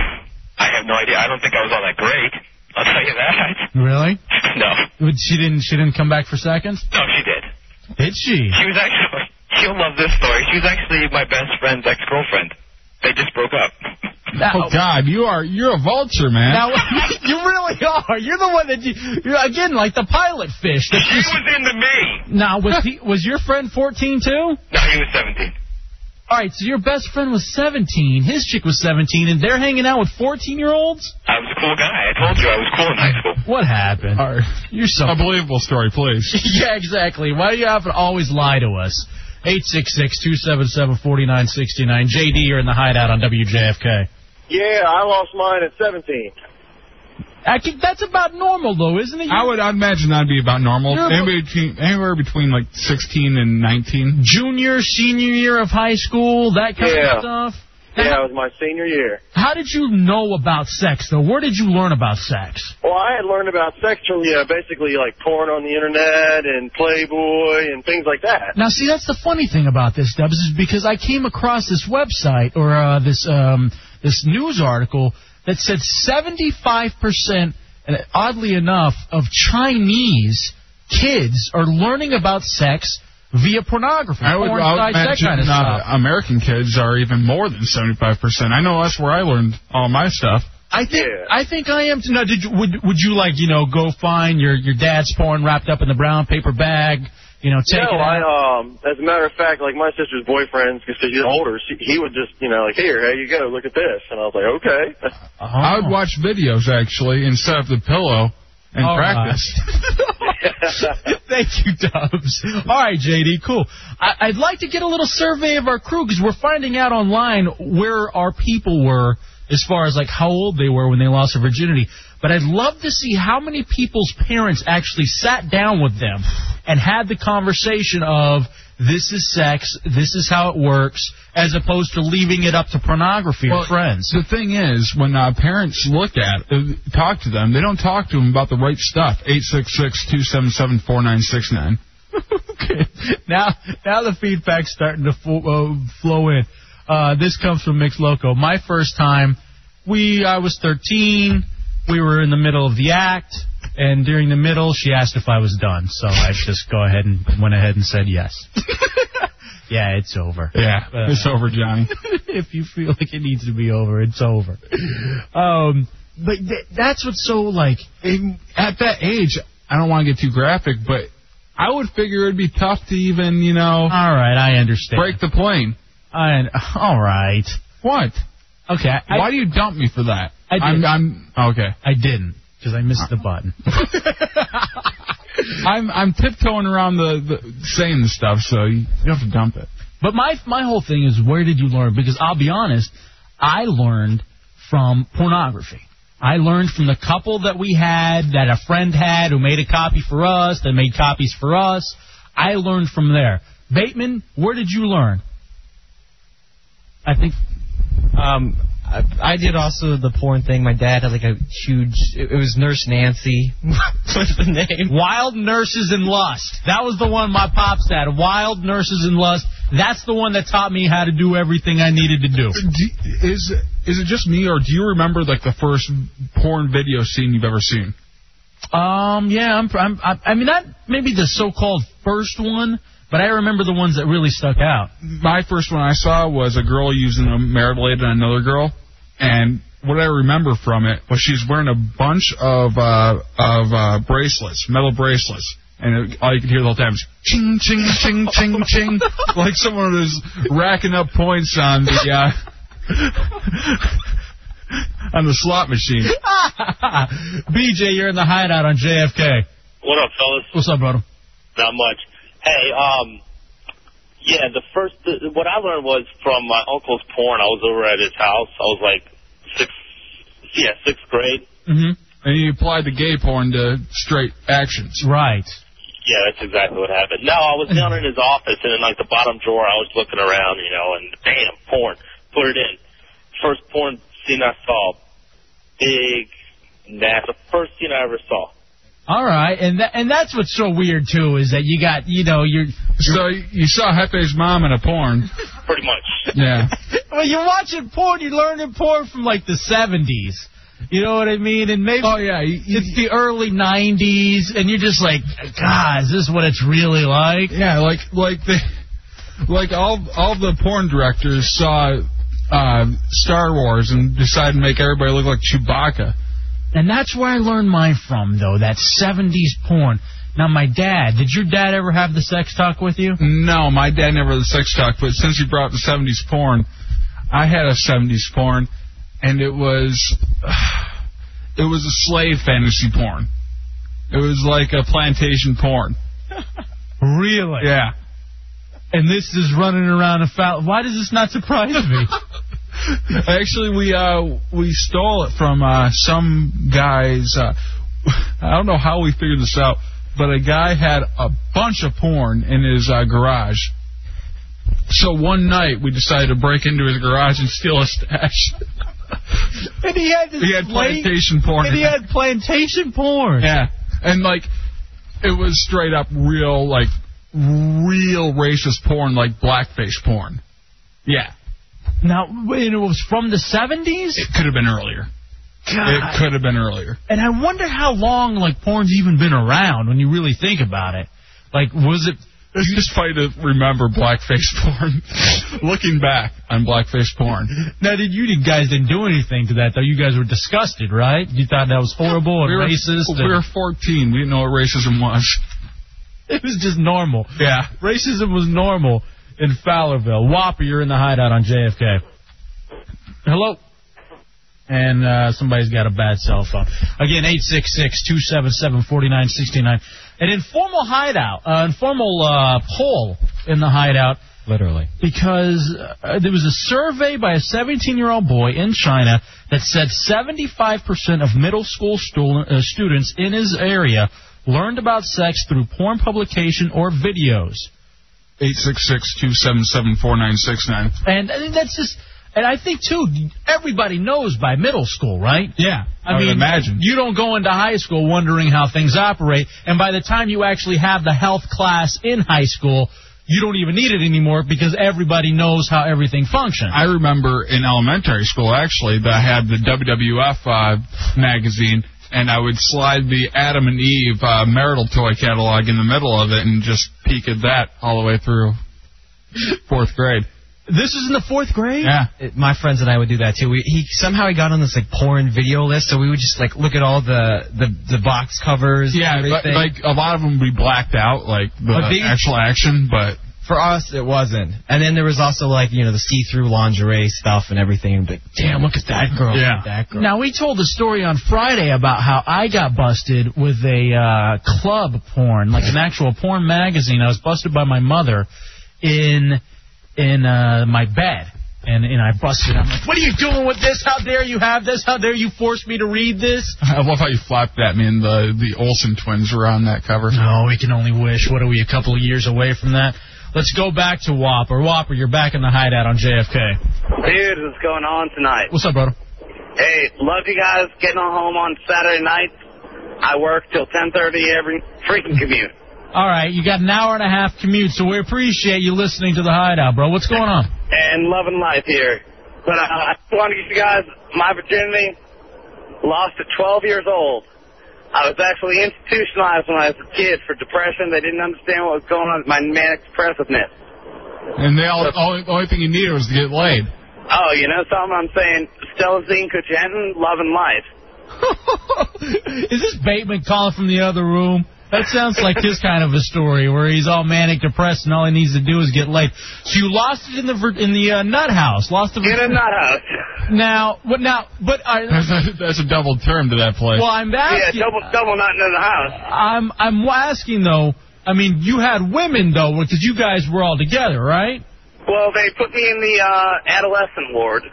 R: I have no idea. I don't think I was all that great. I'll tell you that. *laughs*
F: Really?
R: No.
F: Would- She didn't. She didn't come back for seconds.
R: No, she did.
F: Did she?
R: She was actually. *laughs* She'll love this story. She was actually my best friend's ex-girlfriend. They just broke up.
G: Oh God, you are you're a vulture, man.
F: *laughs* Now you really are. You're the one that you. You're again like the pilot fish. That
R: She was into me.
F: you, now was he, was your friend 14 too?
R: No, he was 17.
F: All right, so your best friend was 17. His chick was 17, and they're hanging out with 14 year olds.
R: I was a cool guy. I told you I was cool in high school.
F: What happened? You're so
G: a believable story, please.
F: *laughs* yeah, exactly. Why do you have to always lie to us? 866-277-4969. JD, you're in the hideout on WJFK.
S: Yeah, I lost mine at 17.
F: I can, that's about normal, though, isn't it?
G: I would I'd imagine that'd be about normal.
F: You're a-
G: Anywhere between, anywhere between like 16 and 19.
F: Junior, senior year of high school, that kind
S: Yeah.
F: of stuff.
S: Yeah, it was my senior year.
F: How did you know about sex, though? Where did you learn about sex?
S: Well, I had learned about sex from, yeah, basically like porn on the internet and Playboy and things like that.
F: Now, see, that's the funny thing about this, Dubs, is because I came across this website or uh, this um, this news article that said 75%, and oddly enough, of Chinese kids are learning about sex via pornography,
G: I would,
F: porn
G: I would
F: sites, that
G: imagine
F: kind of
G: uh,
F: stuff.
G: American kids are even more than 75%. I know that's where I learned all my stuff.
F: I think I think I am. Too. Now, did you, would would you like you know go find your your dad's porn wrapped up in the brown paper bag? You know, take
S: no,
F: it out.
S: I um as a matter of fact, like my sister's boyfriend, because she's older, she, he would just you know like here, here you go, look at this, and I was like okay. *laughs*
F: Oh.
G: I would watch videos, actually, instead of the pillow and
F: All right. *laughs*
G: practice.
F: Thank you, Dubs. All right, JD, cool. I- I'd like to get a little survey of our crew because we're finding out online where our people were as far as like how old they were when they lost their virginity. But I'd love to see how many people's parents actually sat down with them and had the conversation of this is sex, this is how it works, as opposed to leaving it up to pornography or friends.
G: The thing is, when uh, parents look at, uh, talk to them, they don't talk to them about the right stuff. 866-277-4969.
F: *laughs*
Q: now, now the feedback's starting to fo- uh, flow in. Uh, this comes from Mix Loco.
F: My first time, we I was 13. We were in the middle of the act, and during the middle, she asked if I was done. So I just go ahead and went ahead and said yes. yeah, it's over.
G: *laughs* Yeah,
F: Uh,
G: it's over, Johnny. *laughs*
F: if you feel like it needs to be over, it's over. Um, but th- that's what's so like.
G: in- at that age, I don't want to get too graphic, but I would figure it'd be tough to even, you know. All
F: right, I understand. Uh,
G: Break the plane.
F: I, all right.
G: What?
F: Okay. I-
G: Why do you dump me for that?
F: I
G: I'm,
F: did.
G: I'm okay.
F: I didn't because I missed the button.
G: I'm I'm tiptoeing around the, the saying the stuff, so you don't have to dump it.
F: But my my whole thing is where did you learn? Because I'll be honest, I learned from pornography. I learned from the couple that we had, that a friend had, who made a copy for us, that made copies for us. I learned from there. Bateman, where did you learn? I think
I: Um, I, I did also the porn thing. My dad had like a huge. It, it was Nurse Nancy. *laughs* What's the name?
F: Wild Nurses in Lust. That was the one my pops had. Wild Nurses in Lust. That's the one that taught me how to do everything I needed to do.
G: Uh, Do, is is it just me, or do you remember like the first porn video scene you've ever seen?
F: Um, yeah, I'm, I'm, I I mean, not maybe the so-called first one, but I remember the ones that really stuck out.
G: my first one I saw was a girl using a marital aid on another girl, and what I remember from it was she's wearing a bunch of uh, of uh, bracelets, metal bracelets, and it, all you could hear the whole time is ching ching ching ching ching, *laughs* like someone was racking up points on the *laughs* uh, on the slot machine. *laughs*
F: BJ, you're in the hideout on JFK.
T: What up, fellas?
F: What's up, brother?
T: Not much. Hey, um, yeah, the first, the, what I learned was from my uncle's porn. I was over at his house. I was like sixth, yeah, sixth grade.
F: Mm-hmm.
G: And you applied the gay porn to straight actions.
F: Right.
T: Yeah, that's exactly what happened. No, I was down in his office, and in like the bottom drawer, I was looking around, you know, and bam, porn. Put it in. First porn scene I saw, big, that's the first scene I ever saw.
F: All right, and that, and that's what's so weird too is that you got you know you're
G: so you saw Hefe's mom in a porn.
T: Pretty much.
G: *laughs* Yeah.
F: *laughs* well, you're watching porn. You're learning porn from like the '70s. You know what I mean? And maybe oh
G: yeah,
F: it's the early '90s, and you're just like, God, is this what it's really like?
G: Yeah, like like the *laughs* like all all the porn directors saw uh, Star Wars and decided to make everybody look like Chewbacca.
F: And that's where I learned mine from, though, that 70s porn. Now, my dad, did your dad ever have the sex talk with you?
G: No, my dad never had a sex talk, but since you brought up the 70s porn, I had a 70s porn, and it was *sighs* it was a slave fantasy porn. It was like a plantation porn.
F: Really?
G: Yeah.
F: And this is running around a fountain. Why does this not surprise me?
G: *laughs* Actually, we uh we stole it from uh some guys. Uh, *laughs* I don't know how we figured this out, but a guy had a bunch of porn in his uh, garage. So one night we decided to break into his garage and steal a stash.
F: and he had this
G: He had plantation porn.
F: And he had plantation porn.
G: Yeah, and like it was straight up real like real racist porn, like blackface porn. Yeah,
F: Now, and it was from the 70s?
G: it could have been earlier. It
F: God.
G: could have been earlier.
F: And I wonder how long, like, porn's even been around when you really think about it. Like, was it.
G: It's just funny to remember blackface porn. *laughs* Looking back on blackface porn.
F: Now, did you guys didn't do anything to that, though? You guys were disgusted, right? You thought that was horrible and
G: we were,
F: racist.
G: We
F: and-
G: were 14. We didn't know what racism was.
F: It was just normal.
G: Yeah.
F: Racism was normal in Fowlerville. Whopper, you're in the hideout on JFK. Hello. And uh, somebody's got a bad cell phone. Again, 866-277-4969. An informal hideout, uh, informal uh, poll in the hideout
I: Literally.
F: because uh, there was a survey by a 17 year old boy in China that said 75% of middle school stu- uh, students in his area learned about sex through porn publication or videos.
G: 866-277-4969.
F: And I think that's just. And I think too, everybody knows by middle school, right?
G: Yeah,
F: I,
G: I would
F: mean,
G: imagine.
F: you don't go into high school wondering how things operate, and by the time you actually have the health class in high school, you don't even need it anymore because everybody knows how everything functions.
G: I remember in elementary school, actually, that I had the WWF uh, magazine, and I would slide the Adam and Eve uh, marital toy catalog in the middle of it and just peek at that all the way through fourth grade.
F: This is in the fourth grade.
G: Yeah.
I: It- my friends and I would do that too. We, he somehow he got on this like porn video list, so we would just like look at all the the, the box covers.
G: Yeah,
I: and
G: but,
I: everything.
G: like a lot of them would be blacked out, like the
I: But these-
G: actual action, but
I: for us it wasn't. And then there was also like you know the see through lingerie stuff and everything. And be like, damn, look at that girl. Look at that girl.
F: Now we told the story on Friday about how I got busted with a uh, club porn, like an actual porn magazine. I was busted by my mother in in uh, my bed, and and I busted. I'm like, what are you doing with this? How dare you have this? How dare you force me to
G: *laughs*
F: read this?
G: I love how you flapped at me and the the Olsen twins were on that cover.
F: No, we can only wish. What are we a couple of years away from that? Let's go back to Whopper. Whopper, you're back in the hideout on JFK.
R: Dude, what's going on tonight?
F: What's up, brother?
R: Hey, love you guys. Getting on home on Saturday night. I work till 10:30 every freaking commute.
F: All right, you got an hour and a half commute, so we appreciate you listening to the hideout, bro. What's going on?
R: and loving life here. But uh, I just want to give you guys my virginity. Lost at 12 years old. I was actually institutionalized when I was a kid for depression. They didn't understand what was going on with my manic depressiveness.
G: And they all, all the only thing you needed was to get laid.
R: Oh, you know something? I'm saying Stella Zine Cogentin, love and life.
F: *laughs* Is this Bateman calling from the other room? That sounds like his kind of a story where he's all manic depressed and all he needs to do is get laid. So you lost it in the vir- in the uh, nut house. Lost the
R: In a nut house.
F: Now, what now? But I, *laughs*
G: That's a, that's a double term to that place.
F: well, I'm asking.
R: Yeah, double, double not in the house.
F: I'm I'm asking though. I mean, you had women though because you guys were all together, right?
R: Well, they put me in the uh, adolescent ward,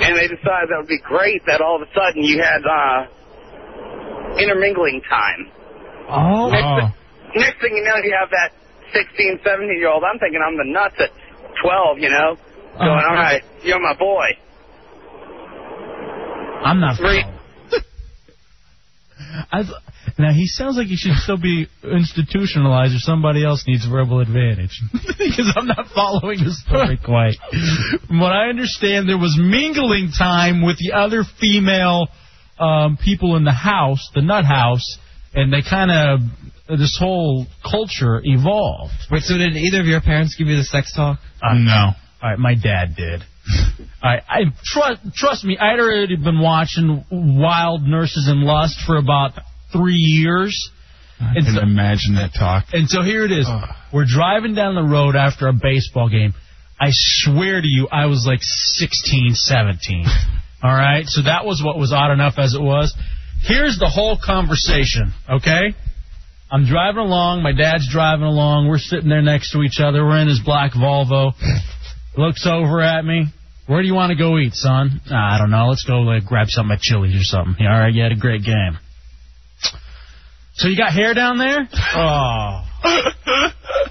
R: and they decided that would be great that all of a sudden you had uh, intermingling time.
F: Oh. *laughs*
R: Next thing you know, you have that 16, 17 year old. I'm thinking I'm the nuts at 12, you know,
F: Uh-huh.
R: going, all right, you're my boy.
F: I'm not. *laughs* I th- now he sounds like he should still be institutionalized, or somebody else needs verbal advantage. *laughs* because I'm not following the story
T: *laughs*
F: quite. From what I understand, there was mingling time with the other female um, people in the house, the nut house, and they kind of this whole culture evolved.
I: Wait, so did either of your parents give you the sex talk?
F: Uh, no. All right, my dad did. *laughs* I, I trust trust me. I'd already been watching Wild Nurses and Lust for about three years.
G: I can imagine that talk.
F: And so here it is. We're driving down the road after a baseball game. I swear to you, I was like 16, 17. All right? So that was what was odd enough as it was. Here's the whole conversation, okay? I'm driving along. My dad's driving along. We're sitting there next to each other. We're in his black Volvo. Looks over at me. Where do you want to go eat, son? "Ah, I don't know. Let's go like, grab something at Chili's or something. "Yeah, All right, you had a great game. So you got hair down there? Oh.
G: *laughs*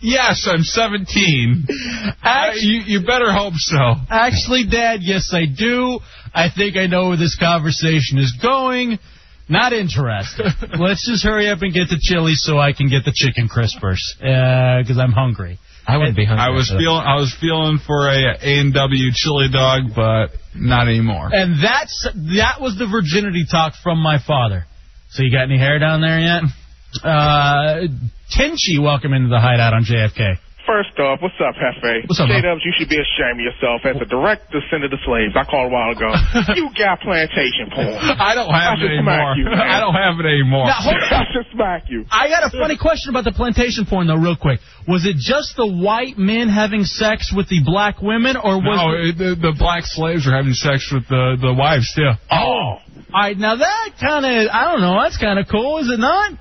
G: Yes, I'm 17.
F: Actually,
G: you, you better hope so.
F: Actually, Dad, yes, I do. I think I know where this conversation is going.
G: *laughs*
F: Not interested. Let's just hurry up and get the chili so I can get the chicken crispers because I'm hungry.
I: I wouldn't be
G: I was feeling I was feeling for a A and W chili dog, but not anymore. *laughs*
F: And that's that was the virginity talk from my father. So you got any hair down there yet? Uh, Tenchi, welcome into the hideout on JFK.
M: First off, what's up, Hefe?
F: What's up,
M: J
F: man?
M: Dubs, you should be ashamed of yourself as a direct descendant of slaves. I called a while
F: *laughs*
M: ago. you got plantation porn.
G: I don't have
M: should
G: it
M: smack
G: anymore.
M: You, man.
G: I don't have it anymore.
F: Now, hold on.
M: I should smack you.
F: I got a funny question about the plantation porn though, real quick. Was it just the white men having sex with the black women, or was
G: No,
F: it-
G: it- the, the black slaves are having sex with the, the wives too.
F: Oh. All right, now that kind of, I don't know, that's kind of cool, is it not?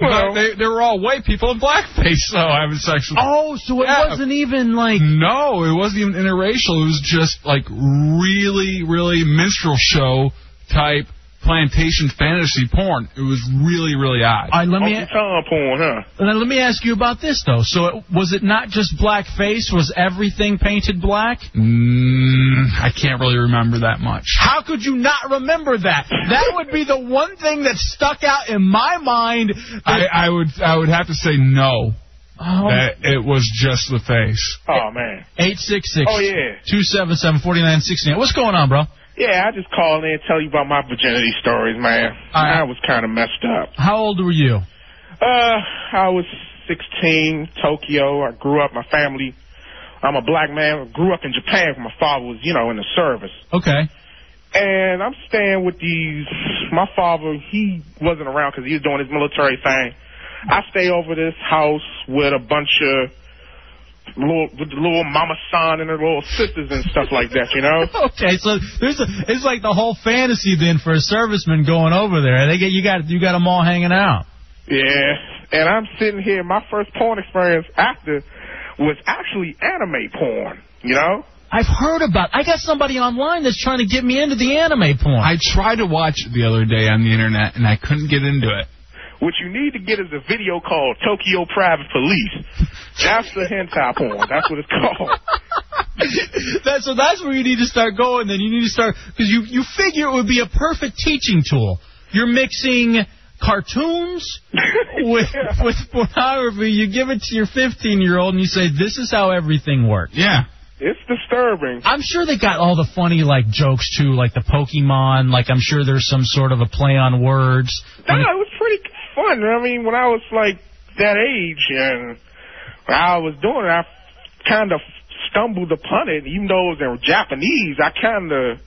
G: But they, they were all white *laughs* people in blackface, so having sex with
F: Oh, so it wasn't even like.
G: No, it wasn't even interracial. It was just like really, really minstrel show type plantation fantasy porn. It was really, really odd.
F: I let me. porn, huh? Now, let me ask you about this though. So it, was it not just blackface? Was everything painted black?
G: Mm, I can't really remember that much.
Q: How could you not remember that? That would be the one thing that stuck out in my mind.
G: I, I would, I would have to say no.
F: Oh. Uh,
G: That it was just the face.
M: Oh man.
F: Eight six six.
M: Oh, yeah.
F: Two seven seven forty nine sixty nine. What's going on, bro?
M: Yeah, I just called in and tell you about my virginity stories, man. I was kind of messed up.
F: How old were you?
M: Uh, I was 16, Tokyo. I grew up, my family. I'm a black man. I grew up in Japan. My father was, you know, in the service.
F: Okay.
M: And I'm staying with these. My father, he wasn't around because he was doing his military thing. I stay over this house with a bunch of little, with the little mama son and her little sisters and stuff like that, you know.
F: Okay, so there's a, it's like the whole fantasy then for a serviceman going over there. They get you got you got them all hanging out.
M: Yeah, and I'm sitting here. My first porn experience after was actually anime porn. You know?
F: I've heard about. I got somebody online that's trying to get me into the anime porn.
G: I tried to watch it the other day on the internet and I couldn't get into it.
M: What you need to get is a video called Tokyo Private Police. That's the hentai porn. That's what it's called.
F: That's so that's where you need to start going. Then you need to start because you you figure it would be a perfect teaching tool. You're mixing cartoons with with pornography. You give it to your 15 year old and you say this is how everything works.
G: Yeah.
M: It's disturbing.
F: I'm sure they got all the funny like jokes too, like the Pokemon. Like I'm sure there's some sort of a play on words.
M: No, it was pretty fun. I mean, when I was like that age and when I was doing it, I kind of stumbled upon it. Even though it was in Japanese, I kind of.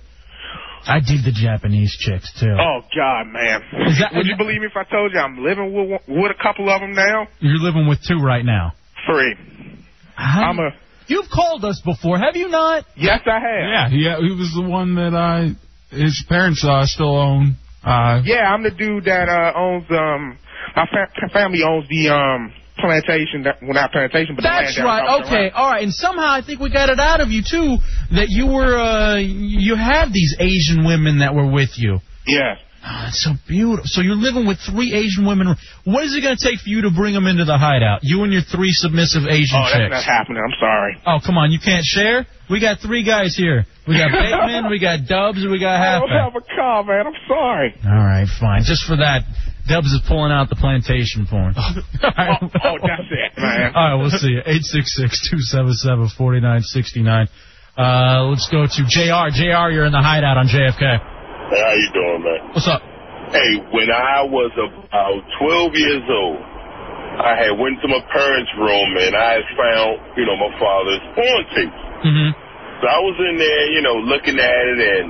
F: I did the Japanese chicks too.
M: Oh God, man! Would you believe me if I told you I'm living with one- with a couple of them now?
F: You're living with two right now.
M: Free. I'm a.
F: You've called us before, have you not?
M: Yes, I have.
G: Yeah, he, he was the one that I his parents uh, still own. Uh,
M: Yeah, I'm the dude that uh, owns um. My fa- family owns the um plantation. That, well, not plantation, but
F: That's
M: the land down
F: right.
M: South
F: Okay.
M: Carolina.
F: All right. And somehow I think we got it out of you too that you were uh you had these Asian women that were with you.
M: Yeah.
F: Oh, that's so beautiful. So you're living with three Asian women. What is it going to take for you to bring them into the hideout? You and your three submissive Asian
M: Oh, that's
F: chicks.
M: not happening. I'm sorry.
F: Oh, come on. You can't share? We got three guys here. We
M: *laughs*
F: got Bateman, we got Dubs, and we got
M: I
F: Halfback.
M: don't have a car, man. I'm sorry.
F: All right, fine. Just for that, Dubs is pulling out the plantation
M: *laughs*
F: porn.
M: oh, oh, that's it,
F: All
M: man.
F: right, we'll see you. 866-277-4969. Uh, let's go to JR. JR, you're in the hideout on JFK.
U: Hey, how you doing, man?
F: What's up?
U: Hey, when I was about 12 years old, I had went to my parents' room and I had found, you know, my father's porn tape.
F: Mm-hmm.
U: So I was in there, you know, looking at it and,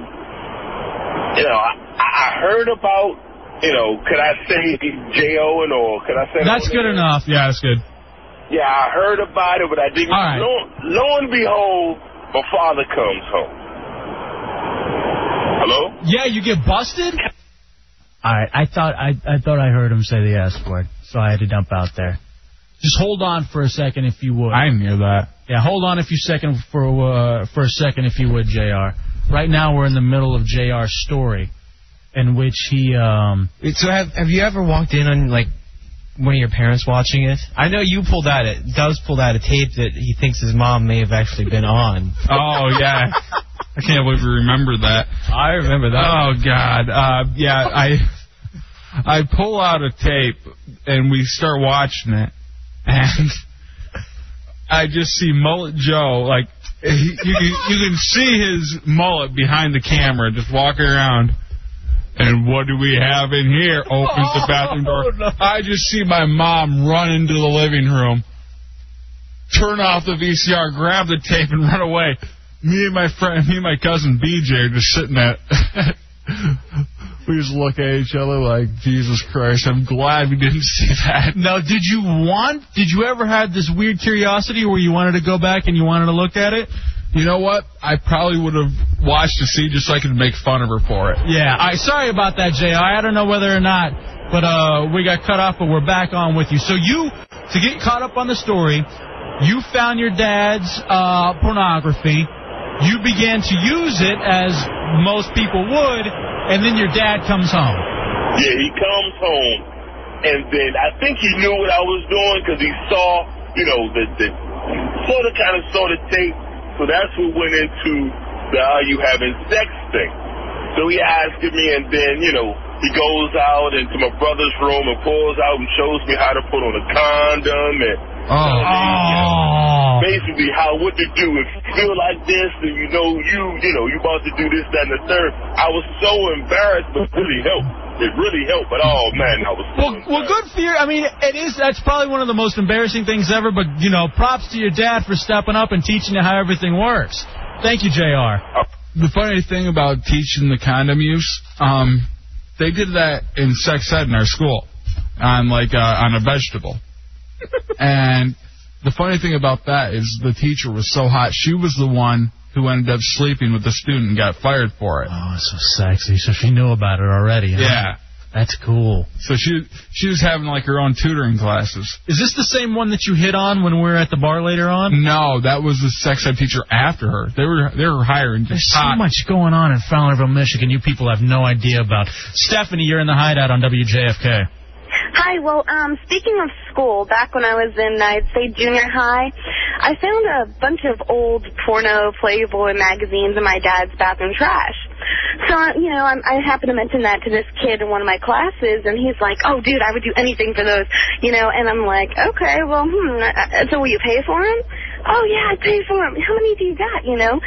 U: you know, I, I heard about, you know, could I say J.O. and all? Could I say
F: That's good enough. Yeah, that's good.
U: Yeah, I heard about it, but I didn't.
F: All right.
U: Lo, lo and behold, my father comes home. Hello?
F: Yeah, you get busted? All right, I thought I, I thought I heard him say the S word, so I had to dump out there. Just hold on for a second, if you would.
G: I'm near that.
F: Yeah, hold on if you second for uh, for a second, if you would, Jr. Right now, we're in the middle of Jr.'s story, in which he um.
I: So have have you ever walked in on like one of your parents watching it? I know you pulled out it does pulled out a tape that he thinks his mom may have actually been on.
G: Oh yeah. I can't believe you remember that.
I: I remember that.
G: Oh God. Uh, yeah, I I pull out a tape and we start watching it, and I just see Mullet Joe like he, you can, you can see his mullet behind the camera just walking around. And what do we have in here? Opens the bathroom door. I just see my mom run into the living room turn off the VCR, grab the tape, and run away. Me and my friend, me and my cousin BJ, are just sitting at. *laughs* we just look at each other like, Jesus Christ! I'm glad we didn't see that.
F: Now, did you want? Did you ever had this weird curiosity where you wanted to go back and you wanted to look at it?
G: You know what? I probably would have watched to see just so I could make fun of her for it.
F: Yeah. I sorry about that, Jr. I don't know whether or not But uh, we got cut off, but we're back on with you. So you, to get caught up on the story, you found your dad's uh, pornography. You began to use it as most people would, and then your dad comes home.
U: Yeah, he comes home, and then I think he knew what I was doing because he saw, you know, the, the sort of kind of saw the tape. So that's what went into the "Are you having sex?" thing. So he asked me, and then you know he goes out into my brother's room and pulls out and shows me how to put on a condom and. Basically, how what to do if you feel like this, and you know you you know you about to do this, that, and the third. I was so embarrassed, but it really helped. It really helped. But oh man, I was
F: Well, well, good for you. I mean, it is. That's probably one of the most embarrassing things ever. But you know, props to your dad for stepping up and teaching you how everything works. Thank you, Jr.
G: The funny thing about teaching the condom use, um, they did that in sex ed in our school, on like uh, on a vegetable. *laughs* and the funny thing about that is the teacher was so hot, she was the one who ended up sleeping with the student and got fired for it.
F: Oh, so sexy. So she knew about it already. huh?
G: Yeah.
F: That's cool.
G: So she she was having like her own tutoring classes.
F: Is this the same one that you hit on when we were at the bar later on?
G: No, that was the sex ed teacher after her. They were they were hiring just
F: There's so
G: hot.
F: much going on in Fowlerville, Michigan. You people have no idea about. Stephanie, you're in the hideout on WJFK.
L: Hi, well, um, speaking of school, back when I was in, I'd say, junior high, I found a bunch of old porno Playboy magazines in my dad's bathroom trash. So, uh, you know, I'm, I happened to mention that to this kid in one of my classes, and he's like, oh, dude, I would do anything for those, you know, and I'm like, okay, well, hmm, I- I- so will you pay for them? Oh, yeah, I pay for them. How many do you got, you know?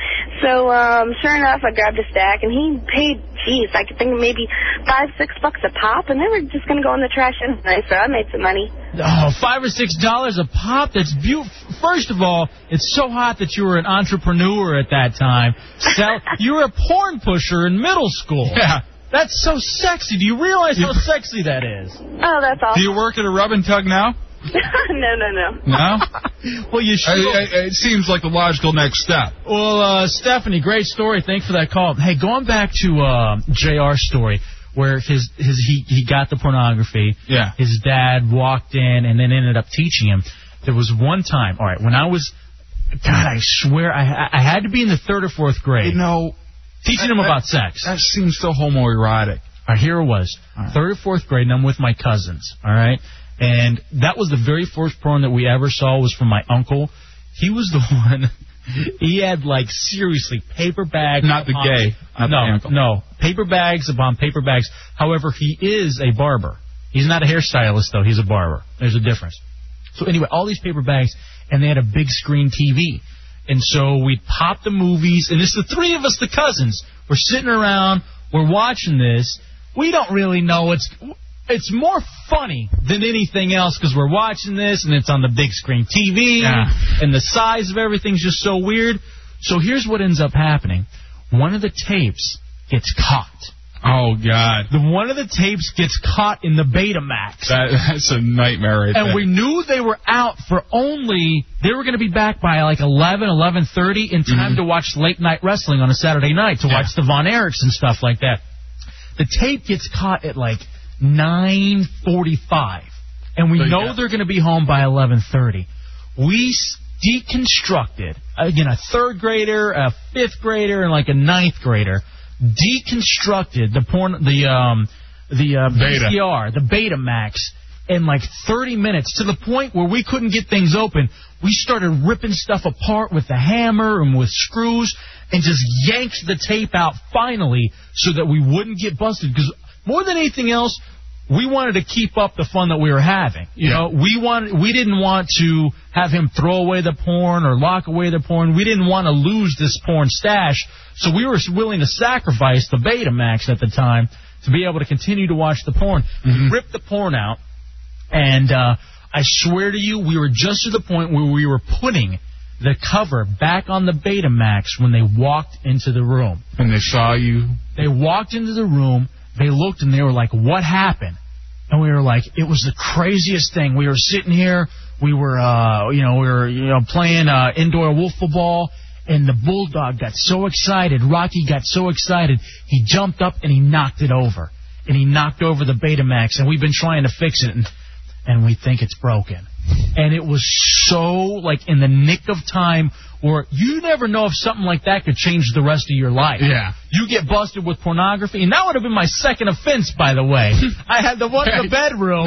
L: So, um, sure enough, I grabbed a stack, and he paid, geez, I could think maybe five, six bucks a pop, and they were just going to go in the trash anyway, so I made some money.
F: Oh, five or six dollars a pop. That's beautiful. First of all, it's so hot that you were an entrepreneur at that time.
G: *laughs*
F: Sell- you were a porn pusher in middle school.
G: Yeah.
F: That's so sexy. Do you realize how sexy that is?
L: Oh, that's awesome.
G: Do you work at a rub and tug now?
L: *laughs* no, no, no.
G: No.
F: well, you
G: should. it seems like the logical next step.
F: *laughs* Well, uh, Stephanie, great story. Thanks for that call. Hey, going back to uh, JR's story where his his he he got the pornography.
G: Yeah.
F: His dad walked in and then ended up teaching him. There was one time. All right, when I was, God, I swear, I I- I had to be in the third or fourth grade.
G: You know,
F: teaching him about sex.
G: That seems so homoerotic.
F: All right, here it was. Third or fourth grade, and I'm with my cousins. All right, and that was the very first porn that we ever saw was from my uncle. He was the *laughs* one. He had like seriously paper bags.
G: Not the
F: upon-
G: gay, not the
F: no,
G: uncle.
F: no, paper bags upon paper bags. However, he is a barber. He's not a hairstylist though. He's a barber. There's a difference. So anyway, all these paper bags, and they had a big screen TV. And so we'd pop the movies, and it's the three of us, the cousins. We're sitting around, we're watching this. We don't really know it's. It's more funny than anything else because we're watching this and it's on the big screen TV and the size of everything's just so weird. So here's what ends up happening: one of the tapes gets caught.
G: Oh God.
F: The one of the tapes gets caught in the Betamax.
G: That, *laughs* that's a nightmare right
F: And
G: there.
F: we knew they were out for only they were going to be back by like 11, 11:30 in time to watch late night wrestling on a Saturday night to watch the Von Erichs and stuff like that. The tape gets caught at like 9:45, and we
Q: So,
F: know
Q: yeah.
F: they're going to be home by 11:30. We s- deconstructed again a third grader, a fifth grader, and like a ninth grader deconstructed the porn the um the uh,
Q: Beta.
F: VCR, the Betamax, in like 30 minutes to the point where we couldn't get things open. We started ripping stuff apart with the hammer and with screws and just yanked the tape out finally so that we wouldn't get busted. Because more than anything else, we wanted to keep up the fun that we were having. You know, we wanted we didn't want to have him throw away the porn or lock away the porn. We didn't want to lose this porn stash, so we were willing to sacrifice the Betamax at the time to be able to continue to watch the porn.
G: Mm-hmm.
F: We ripped the porn out, and uh, I swear to you, we were just to the point where we were putting the cover back on the Betamax when they walked into the room.
G: and they saw you.
F: They walked into the room, they looked, and they were like, What happened? And we were like, It was the craziest thing. We were sitting here, we were, uh, you know, we were, you know, playing uh, indoor wolf ball, and the bulldog got so excited, Rocky got so excited, he jumped up and he knocked it over. and he knocked over the Betamax, and we've been trying to fix it, and, and we think it's broken. And it was so like in the nick of time, where you never know if something like that could change the rest of your life. Yeah, you get busted with pornography, and that would have been my second offense, by the way. I had the one in the bedroom.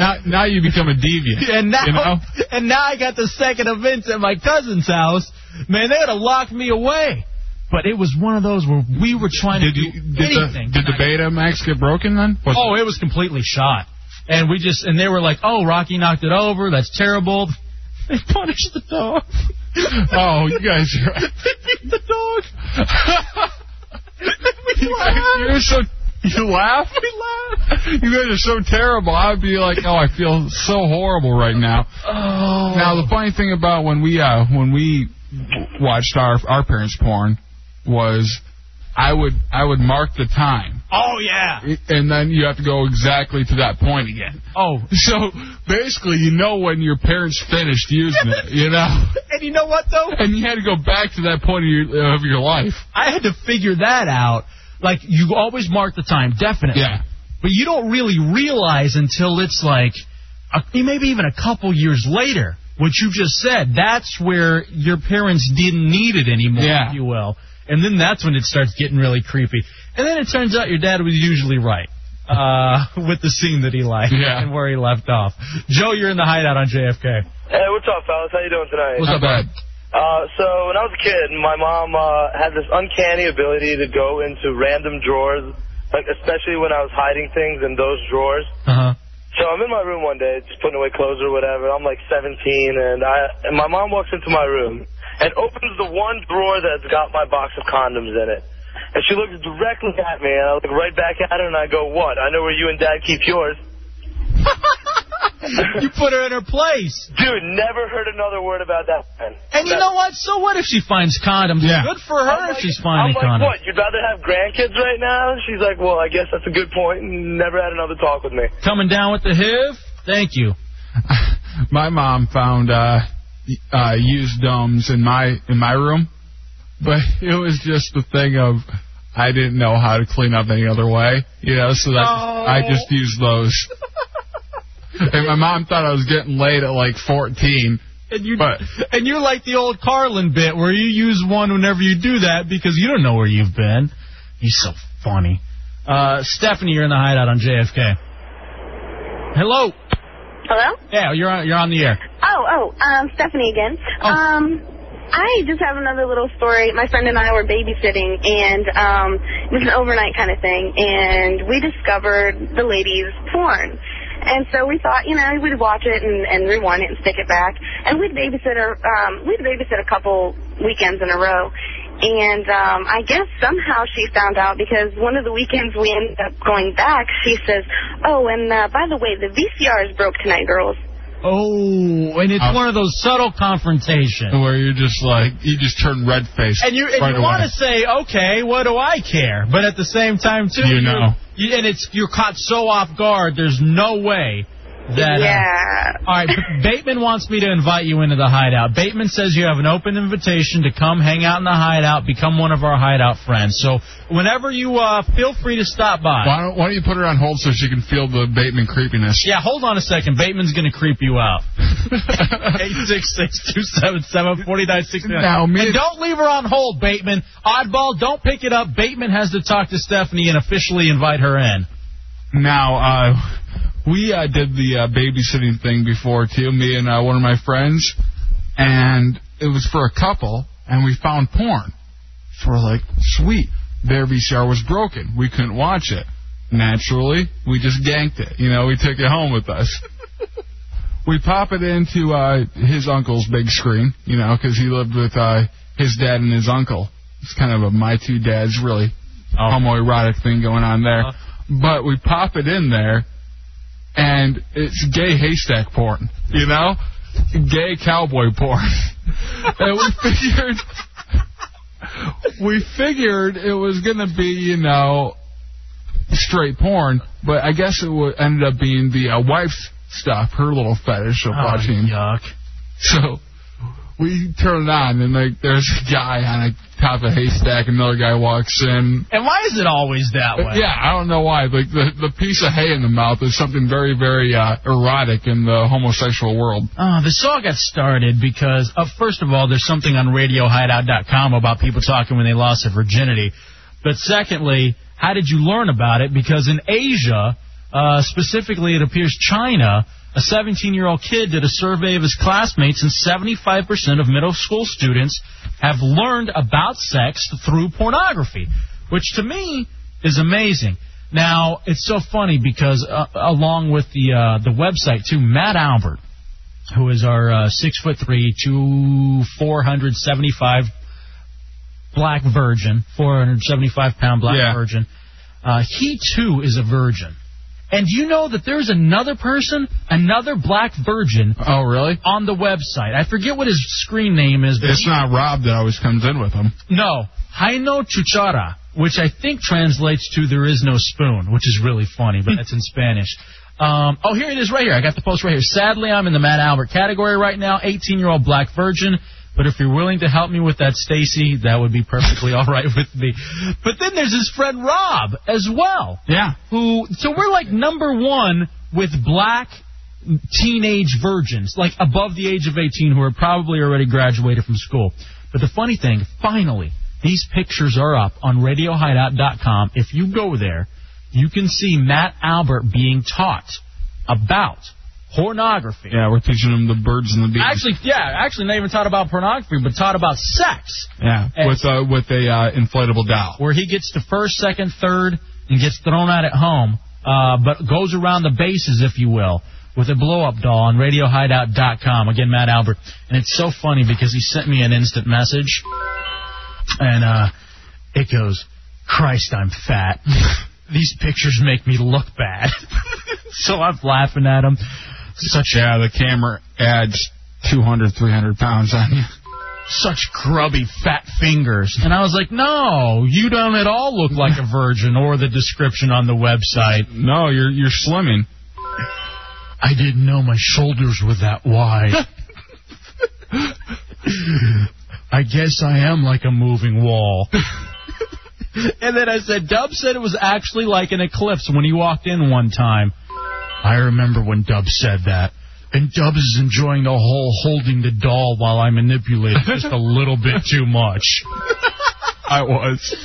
G: *laughs* Now, now you become a deviant.
F: *laughs* And now,
G: you know?
F: and now I got the second event at my cousin's house. Man, they would have locked me away. But it was one of those where we were trying
G: Did
F: to
G: you
F: do
G: did
F: anything.
G: the did the Betamax get broken then? Was-
F: oh, it was completely shot. And we just and they were like, "Oh, Rocky knocked it over. That's terrible." They punished the dog.
G: *laughs* oh, you guys are
F: *laughs* the dog.
G: you guys, *laughs* you're so you laugh. We laugh. You guys are so terrible. I'd be like, oh, I feel so horrible right now.
F: Oh.
G: Now the funny thing about when we uh when we watched our our parents' porn was I would I would mark the time.
F: Oh yeah.
G: And then you have to go exactly to that point again.
F: Oh.
G: So basically you know when your parents finished using it, you know.
F: And you know what though?
G: And you had to go back to that point of your of your life.
F: I had to figure that out. Like you always mark the time, definitely. Yeah. But you don't really realize until it's like a, maybe even a couple years later what you just said. That's where your parents didn't need it anymore, if you will. And then that's when it starts getting really creepy. And then it turns out your dad was usually right uh, *laughs* with the scene that he liked and where he left off. Joe, you're in the hideout on JFK.
V: Hey, what's up, fellas? How you doing tonight?
F: What's up, bud?
V: Uh, so when I was a kid, my mom uh, had this uncanny ability to go into random drawers, like especially when I was hiding things in those drawers.
F: Uh huh.
V: So I'm in my room one day, just putting away clothes or whatever. I'm like 17, and I and my mom walks into my room and opens the one drawer that's got my box of condoms in it. And she looks directly at me, and I look right back at her, and I go, "What? I know where you and Dad keep yours."
F: *laughs* you put her in her place.
V: Dude, never heard another word about that. Man.
F: And you know what? So what if she finds condoms? Good for her if she's
V: I'm
F: finding
V: like,
F: condoms.
V: what? You'd rather have grandkids right now? She's like, well, I guess that's a good point. Never had another talk with me.
F: Coming down with the HIV? Thank you.
G: *laughs* my mom found uh, uh, used domes in my in my room, but it was just the thing of I didn't know how to clean up any other way, you know. So that I just used
F: *laughs*
G: those. and my mom thought I was getting laid at like 14.
F: And you and you're like the old Carlin bit where you use one whenever you do that because you don't know where you've been. He's so funny. Uh, Stephanie, you're in the hideout on JFK. Hello.
L: Hello?
F: Yeah, you're on, you're on the air.
L: Oh, oh, um, Stephanie again. Um, I just have another little story. My friend and I were babysitting, and um, it was an overnight kind of thing, and we discovered the ladies' porn. And so we thought, you know, we'd watch it and, and rewind it and stick it back. And we'd babysit a, um, we'd babysit a couple weekends in a row. And um, I guess somehow she found out because one of the weekends we ended up going back, she says, oh, and uh, by the way, the VCR is broke tonight, girls.
F: Oh, and it's one of those subtle confrontations
G: where you're just like you just turn red faced.
F: And you, and
G: right
F: you want
G: away.
F: to say, okay, what do I care? But at the same time, too,
G: You
F: you're-
G: know.
F: you, and it's you're caught so off guard. There's no way that. uh,
L: Yeah.
F: all right, B- Bateman wants me to invite you into the hideout. Bateman says you have an open invitation to come hang out in the hideout, become one of our hideout friends. So whenever you uh, feel free to stop by.
G: Why don't, why don't you put her on hold so she can feel the Bateman creepiness?
F: Yeah, hold on a second. Bateman's going to creep
G: *laughs*
F: you out. 866-277-4969.
G: Now, me-
F: and don't leave her on hold, Bateman. Oddball, don't pick it up. Bateman has to talk to Stephanie and officially invite her in.
G: Now, uh, we uh, did the uh, babysitting thing before too, me and uh, one of my friends, and it was for a couple, and we found porn. So we're like, sweet, their VCR was broken, we couldn't watch it. Naturally, we just ganked it. You know, we took it home with us. *laughs* we pop it into uh, his uncle's big screen, you know, 'cause he lived with uh, his dad and his uncle. It's kind of a my two dads really homoerotic thing going on there. But we pop it in there, and it's gay haystack porn, you know, gay cowboy
Q: *laughs*
G: porn, and we figured we figured it was gonna be you know straight porn, but I guess it would, ended up
Q: Oh,
G: being the uh, wife's stuff, her little fetish of watching.
F: Yuck.
G: So we turn it on, and like there's a guy on a top of a haystack, another guy walks in.
Q: And why is it always that way?
G: Yeah, I don't know why. Like the the piece of hay in the mouth is something very very uh, erotic in the homosexual world.
F: Oh, the saw got started because, uh, first of all, there's something on RadioHideout.com about people talking when they lost their virginity. But secondly, how did you learn about it? Because in Asia, uh, specifically, it appears China, a 17 year old kid did a survey of his classmates, and 75% of middle school students have learned about sex through pornography, which to me is amazing. Now, it's so funny because uh, along with the uh, the website too, Matt Albert, who is our uh, six foot three, two four hundred seventy five black virgin, four hundred seventy five pound black virgin. Uh, he too is a virgin. And you know that there's another person, another black virgin.
G: Oh, really?
F: On the website, I forget what his screen name is. But
G: It's
F: he-
G: not Rob that always comes in with him.
F: no, Haino Chuchara, which I think translates to there is no spoon, which is really funny, but that's in Spanish. Um, oh, here it is right here. I got the post right here. Sadly, I'm in the Matt Albert category right now, 18 year old black virgin. But if you're willing to help me with that, Stacy, that would be perfectly *laughs* all right with me. But then there's his friend Rob as well.
G: Yeah.
F: Who? So we're like number one with black teenage virgins, like above the age of 18, who are probably already graduated from school. But the funny thing, finally, these pictures are up on RadioHideout.com. If you go there, you can see Matt Albert being taught about pornography.
G: Yeah, we're teaching him the birds and the bees.
F: Actually, yeah, actually not even taught about pornography, but taught about sex,
G: Yeah,
F: And-
G: with uh, with a uh, inflatable doll.
F: where he gets to first, second, third, and gets thrown out at home, uh, but goes around the bases, if you will, with a blow-up doll on RadioHideout.com. Again, Matt Albert, and it's so funny because he sent me an instant message, and uh, it goes, "Christ, I'm fat." *laughs* These pictures make me look bad, *laughs* so I'm laughing at him. Such
G: yeah, the camera adds 200, 300 pounds on you.
F: such grubby fat fingers. And I was like, no, you don't at all look like a virgin or the description on the website.
G: No, you're you're slimming.
F: I didn't know my shoulders were that *laughs* wide. I guess I am like a moving wall. *laughs* and then I said, Dub said it was actually like an eclipse when he walked in one time. I remember when Dub said that. And Dub is enjoying the whole holding the doll while I manipulate it just a little bit too *laughs* much.
G: I was.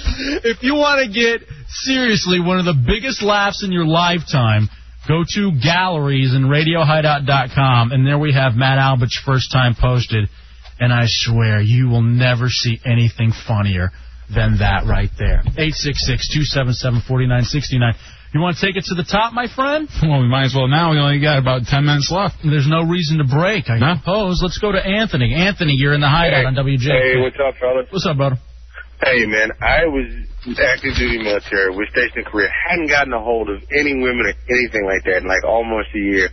F: If you want to get seriously one of the biggest laughs in your lifetime, go to galleries and radiohideout.com, and there we have Matt Albert's first time posted. And I swear, you will never see anything funnier than that right there. 866 277 4969. You want to take it to the top, my friend?
G: Well, we might as well now. We only got about 10 minutes left.
F: There's no reason to break, I suppose. Let's go to Anthony. Anthony, you're in the hideout on WJ.
C: Hey, what's up, fellas?
F: What's up, brother?
C: Hey, man, I was active duty military, was stationed in Korea, hadn't gotten a hold of any women or anything like that in like almost a year.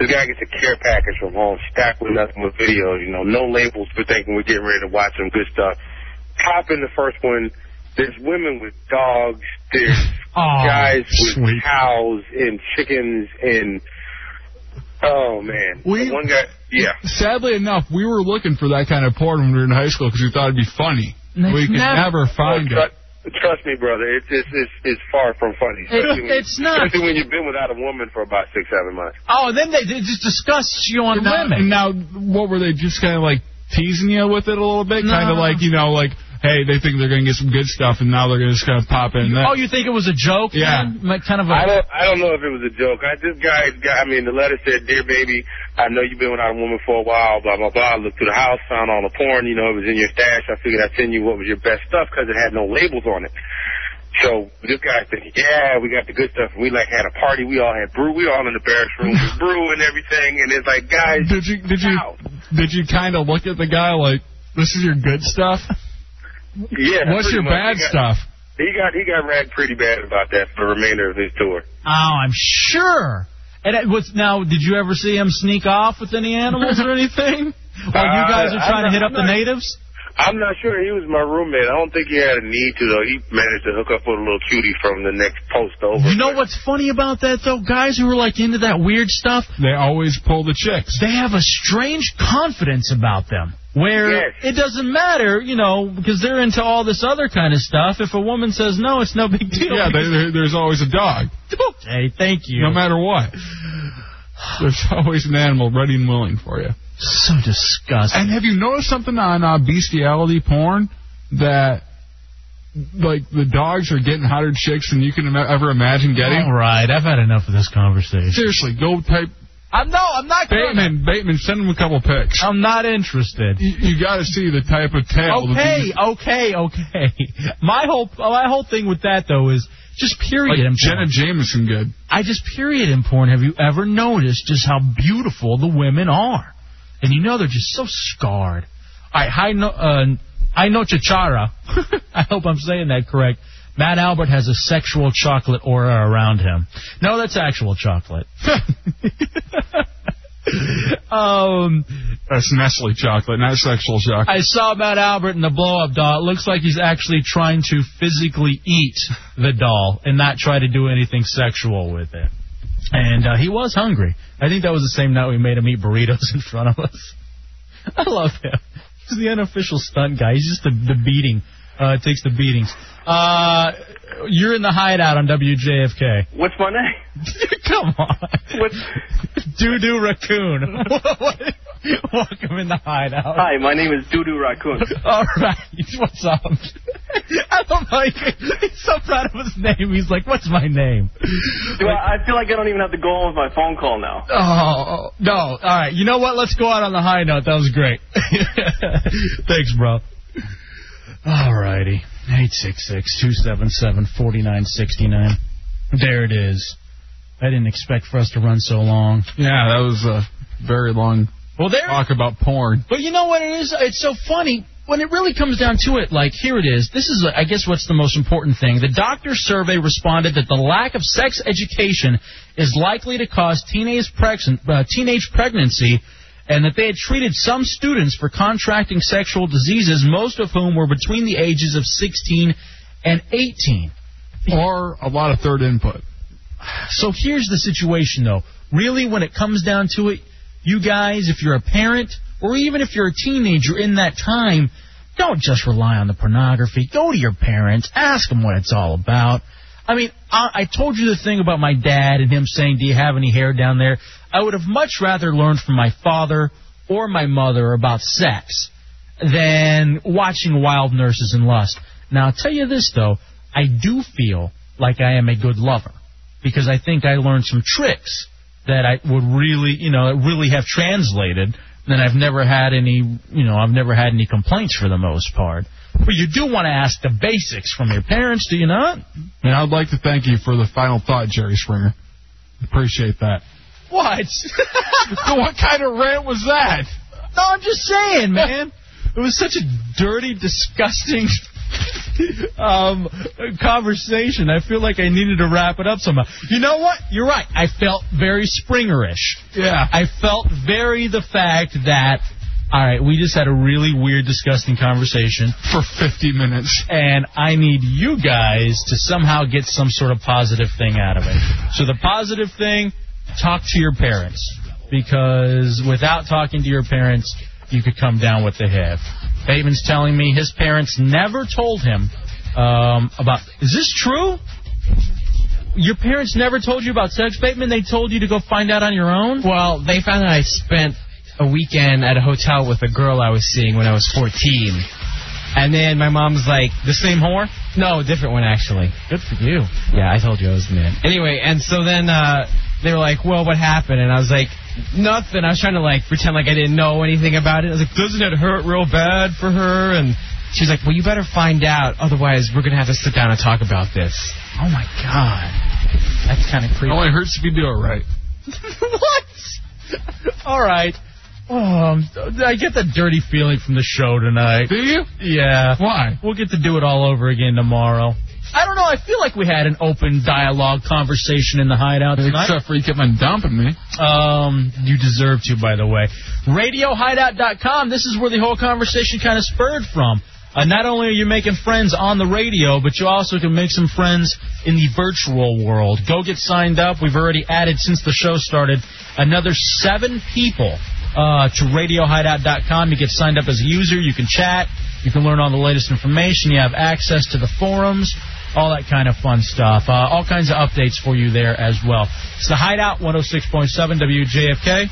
C: This guy gets a care package from home, stacked with nothing but videos, you know, no labels. We're thinking we're getting ready to watch some good stuff. Hop in the first one. There's women with dogs.
F: *laughs*
C: There's
F: Oh,
C: guys with cows and chickens and oh man,
G: We-
C: one guy, yeah.
G: Sadly enough, we were looking for that kind of porn when we were in high school because we thought it'd be funny. we could never, find
C: Oh,
G: it.
C: tru- Trust me, brother. It's it's it's, it's far from funny.
F: It-
C: Especially when-
F: it's not.
C: Especially when you've been without a woman for about six, seven months.
F: Oh, and then they they just discuss you on
G: now,
F: women.
G: Now, what were they just kind of like teasing you with it a little bit? Kind of
F: No.
G: like you know, like hey, they think they're gonna get some good stuff, and now they're gonna just kind of pop in. That.
F: Oh, you think it was a joke?
G: Yeah.
F: then? Like, Kind of a.
C: I don't I don't know if it was a joke. I this guy got, I mean the letter said, Dear baby, I know you've been without a woman for a while, blah blah blah. I looked through the house, found all the porn, you know, it was in your stash. I figured I'd send you what was your best stuff because it had no labels on it. So this guy's thinking, yeah, we got the good stuff. And we like had a party. We all had brew. We all in the barracks
F: *laughs*
C: room with brew and everything. And it's like, guys,
G: did you did you did you kind of look at the guy like this is your good stuff?
C: Yeah.
G: What's your
C: pretty much.
G: bad
C: He
G: stuff?
C: got- He got he got ragged pretty bad about that for the remainder of his tour.
F: Oh, I'm sure. And it was now. Did you
G: *laughs*
F: ever see him sneak off with any animals or anything? While Oh, you guys are
C: Uh,
F: trying
C: I'm
F: to hit
C: not-
F: up the
C: I'm not-
F: natives?
C: I'm not sure. He was my roommate. I don't think he had a need to, though. He managed to hook up with a little cutie from the next post over.
F: You know what's funny about that though? Guys who are like into that weird stuff,
G: they always pull the chicks.
F: They have a strange confidence about *laughs* them where it doesn't matter, you know, because they're into all this other kind of stuff. If a woman says no, it's no big deal.
G: Yeah, there- there- there's always a dog.
F: Hey, thank you.
G: No matter what. There's always an animal ready and willing for you.
F: So disgusting.
G: And have you noticed something on uh, bestiality porn that, like, the dogs are getting hotter chicks than you can ima- ever imagine getting?
F: All right, I've had enough of this conversation.
G: Seriously, go type.
F: I'm no, I'm not.
G: Bateman, Bateman, send him a couple pics.
F: I'm not interested.
G: You, you got to see the type of tail.
F: Okay, okay, okay. My whole my whole thing with that though is just period.
G: Like
F: in
G: Jenna
F: porn.
G: Jameson, good.
F: I just period in porn. Have you ever noticed just how beautiful the women are? And you know they're just so scarred. All right, hi, no, uh, I know Chichara. *laughs* I hope I'm saying that correct. Matt Albert has a sexual chocolate aura around him. No, that's
G: *laughs*
F: actual chocolate. um,
G: That's Nestle chocolate, not sexual chocolate.
F: I saw Matt Albert in the blow up doll. It looks like he's actually trying to physically eat the doll and not try to do anything sexual with it. And uh, he was hungry. I think that was the same night we made him eat burritos *laughs* in front of us. I love him. He's the unofficial stunt guy. He's just the, the beating. Uh, takes the beatings. Uh, you're in the hideout on WJFK.
D: What's my name?
F: *laughs* Come on.
D: What?
F: Doo Doo Raccoon. *laughs* Welcome in the hideout.
D: Hi, my name is Doodoo Raccoon.
F: All right, *laughs* what's up? *laughs* I don't like *laughs* He's so proud of his name. He's like, what's my name?
D: Do I, I feel like I don't even have to go on with my phone call now.
F: Oh, no. All right, you know what? Let's go out on the high note. That was great. *laughs* Thanks, bro. All righty. 866-277-4969. There it is. I didn't expect for us to run so long.
G: Yeah, that was a very long
F: well, there,
G: talk about porn.
F: But you know what it is? It's so funny. When it really comes down to it, like, here it is. This is, I guess, what's the most important thing. The doctor's survey responded that the lack of sex education is likely to cause teenage, prex- uh, teenage pregnancy and that they had treated some students for contracting sexual diseases, most of whom were between the ages of 16 and 18.
G: Or a lot of third input.
F: So here's the situation, though. Really, when it comes down to it, you guys, if you're a parent or even if you're a teenager in that time, don't just rely on the pornography. Go to your parents, ask them what it's all about. I mean, I, I told you the thing about my dad and him saying, "Do you have any hair down there?" I would have much rather learned from my father or my mother about sex than watching Wild Nurses and Lust. Now, I'll tell you this though, I do feel like I am a good lover because I think I learned some tricks that I would really, you know, really have translated. And I've never had any, you know, I've never had any complaints for the most part. But you do want to ask the basics from your parents, do you not?
G: And I'd like to thank you for the final thought, Jerry Springer. Appreciate that.
F: What?
G: *laughs* what kind of rant was that?
F: No, I'm just saying, man. It was such a dirty, disgusting *laughs* um, conversation. I feel like I needed to wrap it up somehow. You know what? You're right. I felt very Springerish.
G: Yeah.
F: I felt very the fact that. All right, we just had a really weird, disgusting conversation
G: for 50 minutes,
F: and I need you guys to somehow get some sort of positive thing out of it. So the positive thing, talk to your parents because without talking to your parents, you could come down with the HIV. Bateman's telling me his parents never told him um, about. Is this true? Your parents never told you about sex, Bateman? They told you to go find out on your own?
I: Well, they found out *laughs* I spent a weekend at a hotel with a girl I was seeing when I was 14. And then my mom's like,
F: the same whore?
I: No, different one actually.
F: Good for you.
I: Yeah, I told you I was the man. Anyway, and so then uh, they were like, "Well, what happened?" And I was like, "Nothing." I was trying to like pretend like I didn't know anything about it. I was like, "Doesn't it hurt real bad for her?" And she's like, "Well, you better find out, otherwise we're gonna have to sit down and talk about this."
F: Oh my god. That's kind of creepy.
G: Only hurts if you do it right.
F: *laughs* what? All right. Oh, I'm- I get the dirty feeling from the show tonight.
G: Do you?
F: Yeah.
G: Why?
F: We'll get to do it all over again tomorrow. I don't know. I feel like we had an open dialogue conversation in the hideout tonight.
G: Except for you kept on dumping me.
F: Um, you deserve to, by the way. RadioHideout.com. This is where the whole conversation kind of spurred from. Uh, not only are you making friends on the radio, but you also can make some friends in the virtual world. Go get signed up. We've already added, since the show started, another seven people uh, to RadioHideout.com. You get signed up as a user. You can chat. You can learn all the latest information. You have access to the forums, all that kind of fun stuff. Uh, all kinds of updates for you there as well. It's the Hideout 106.7 WJFK.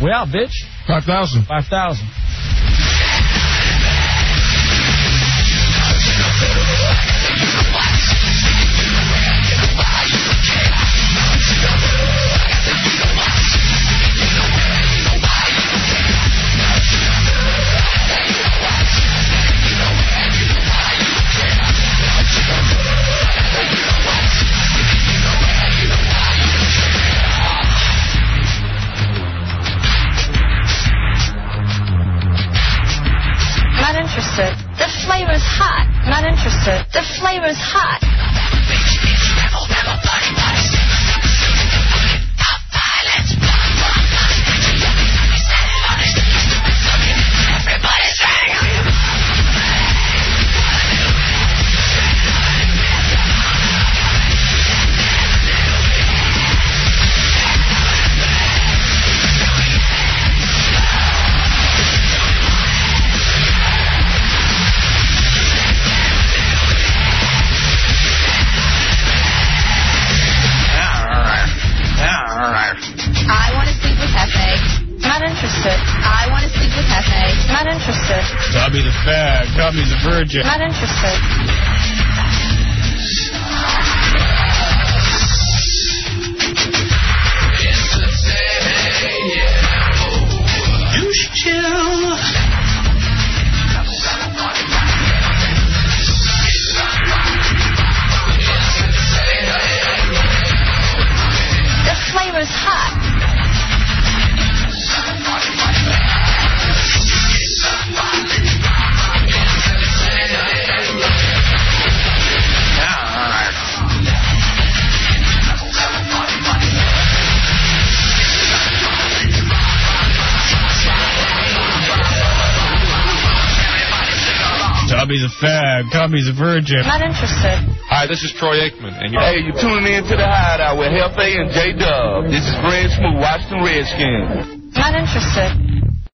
F: We out, bitch.
G: 5,000.
F: 5,000.
D: Not interested. The flavor's hot. Not interested. The flavor's hot. I want to sleep with Hefe. Not interested. I want to sleep with Hefe. Not interested.
G: Tommy the fag. Tommy the virgin.
D: Not interested.
W: You should chill.
D: The flavor's hot.
G: Tommy's a fag. Tommy's a virgin.
D: Not interested.
G: Hi, this is Troy Aikman. And you're
B: Hey, you're tuning in to the hideout with Hefe and J Dub. This is Brad Smooth, Washington Redskins.
D: Not interested.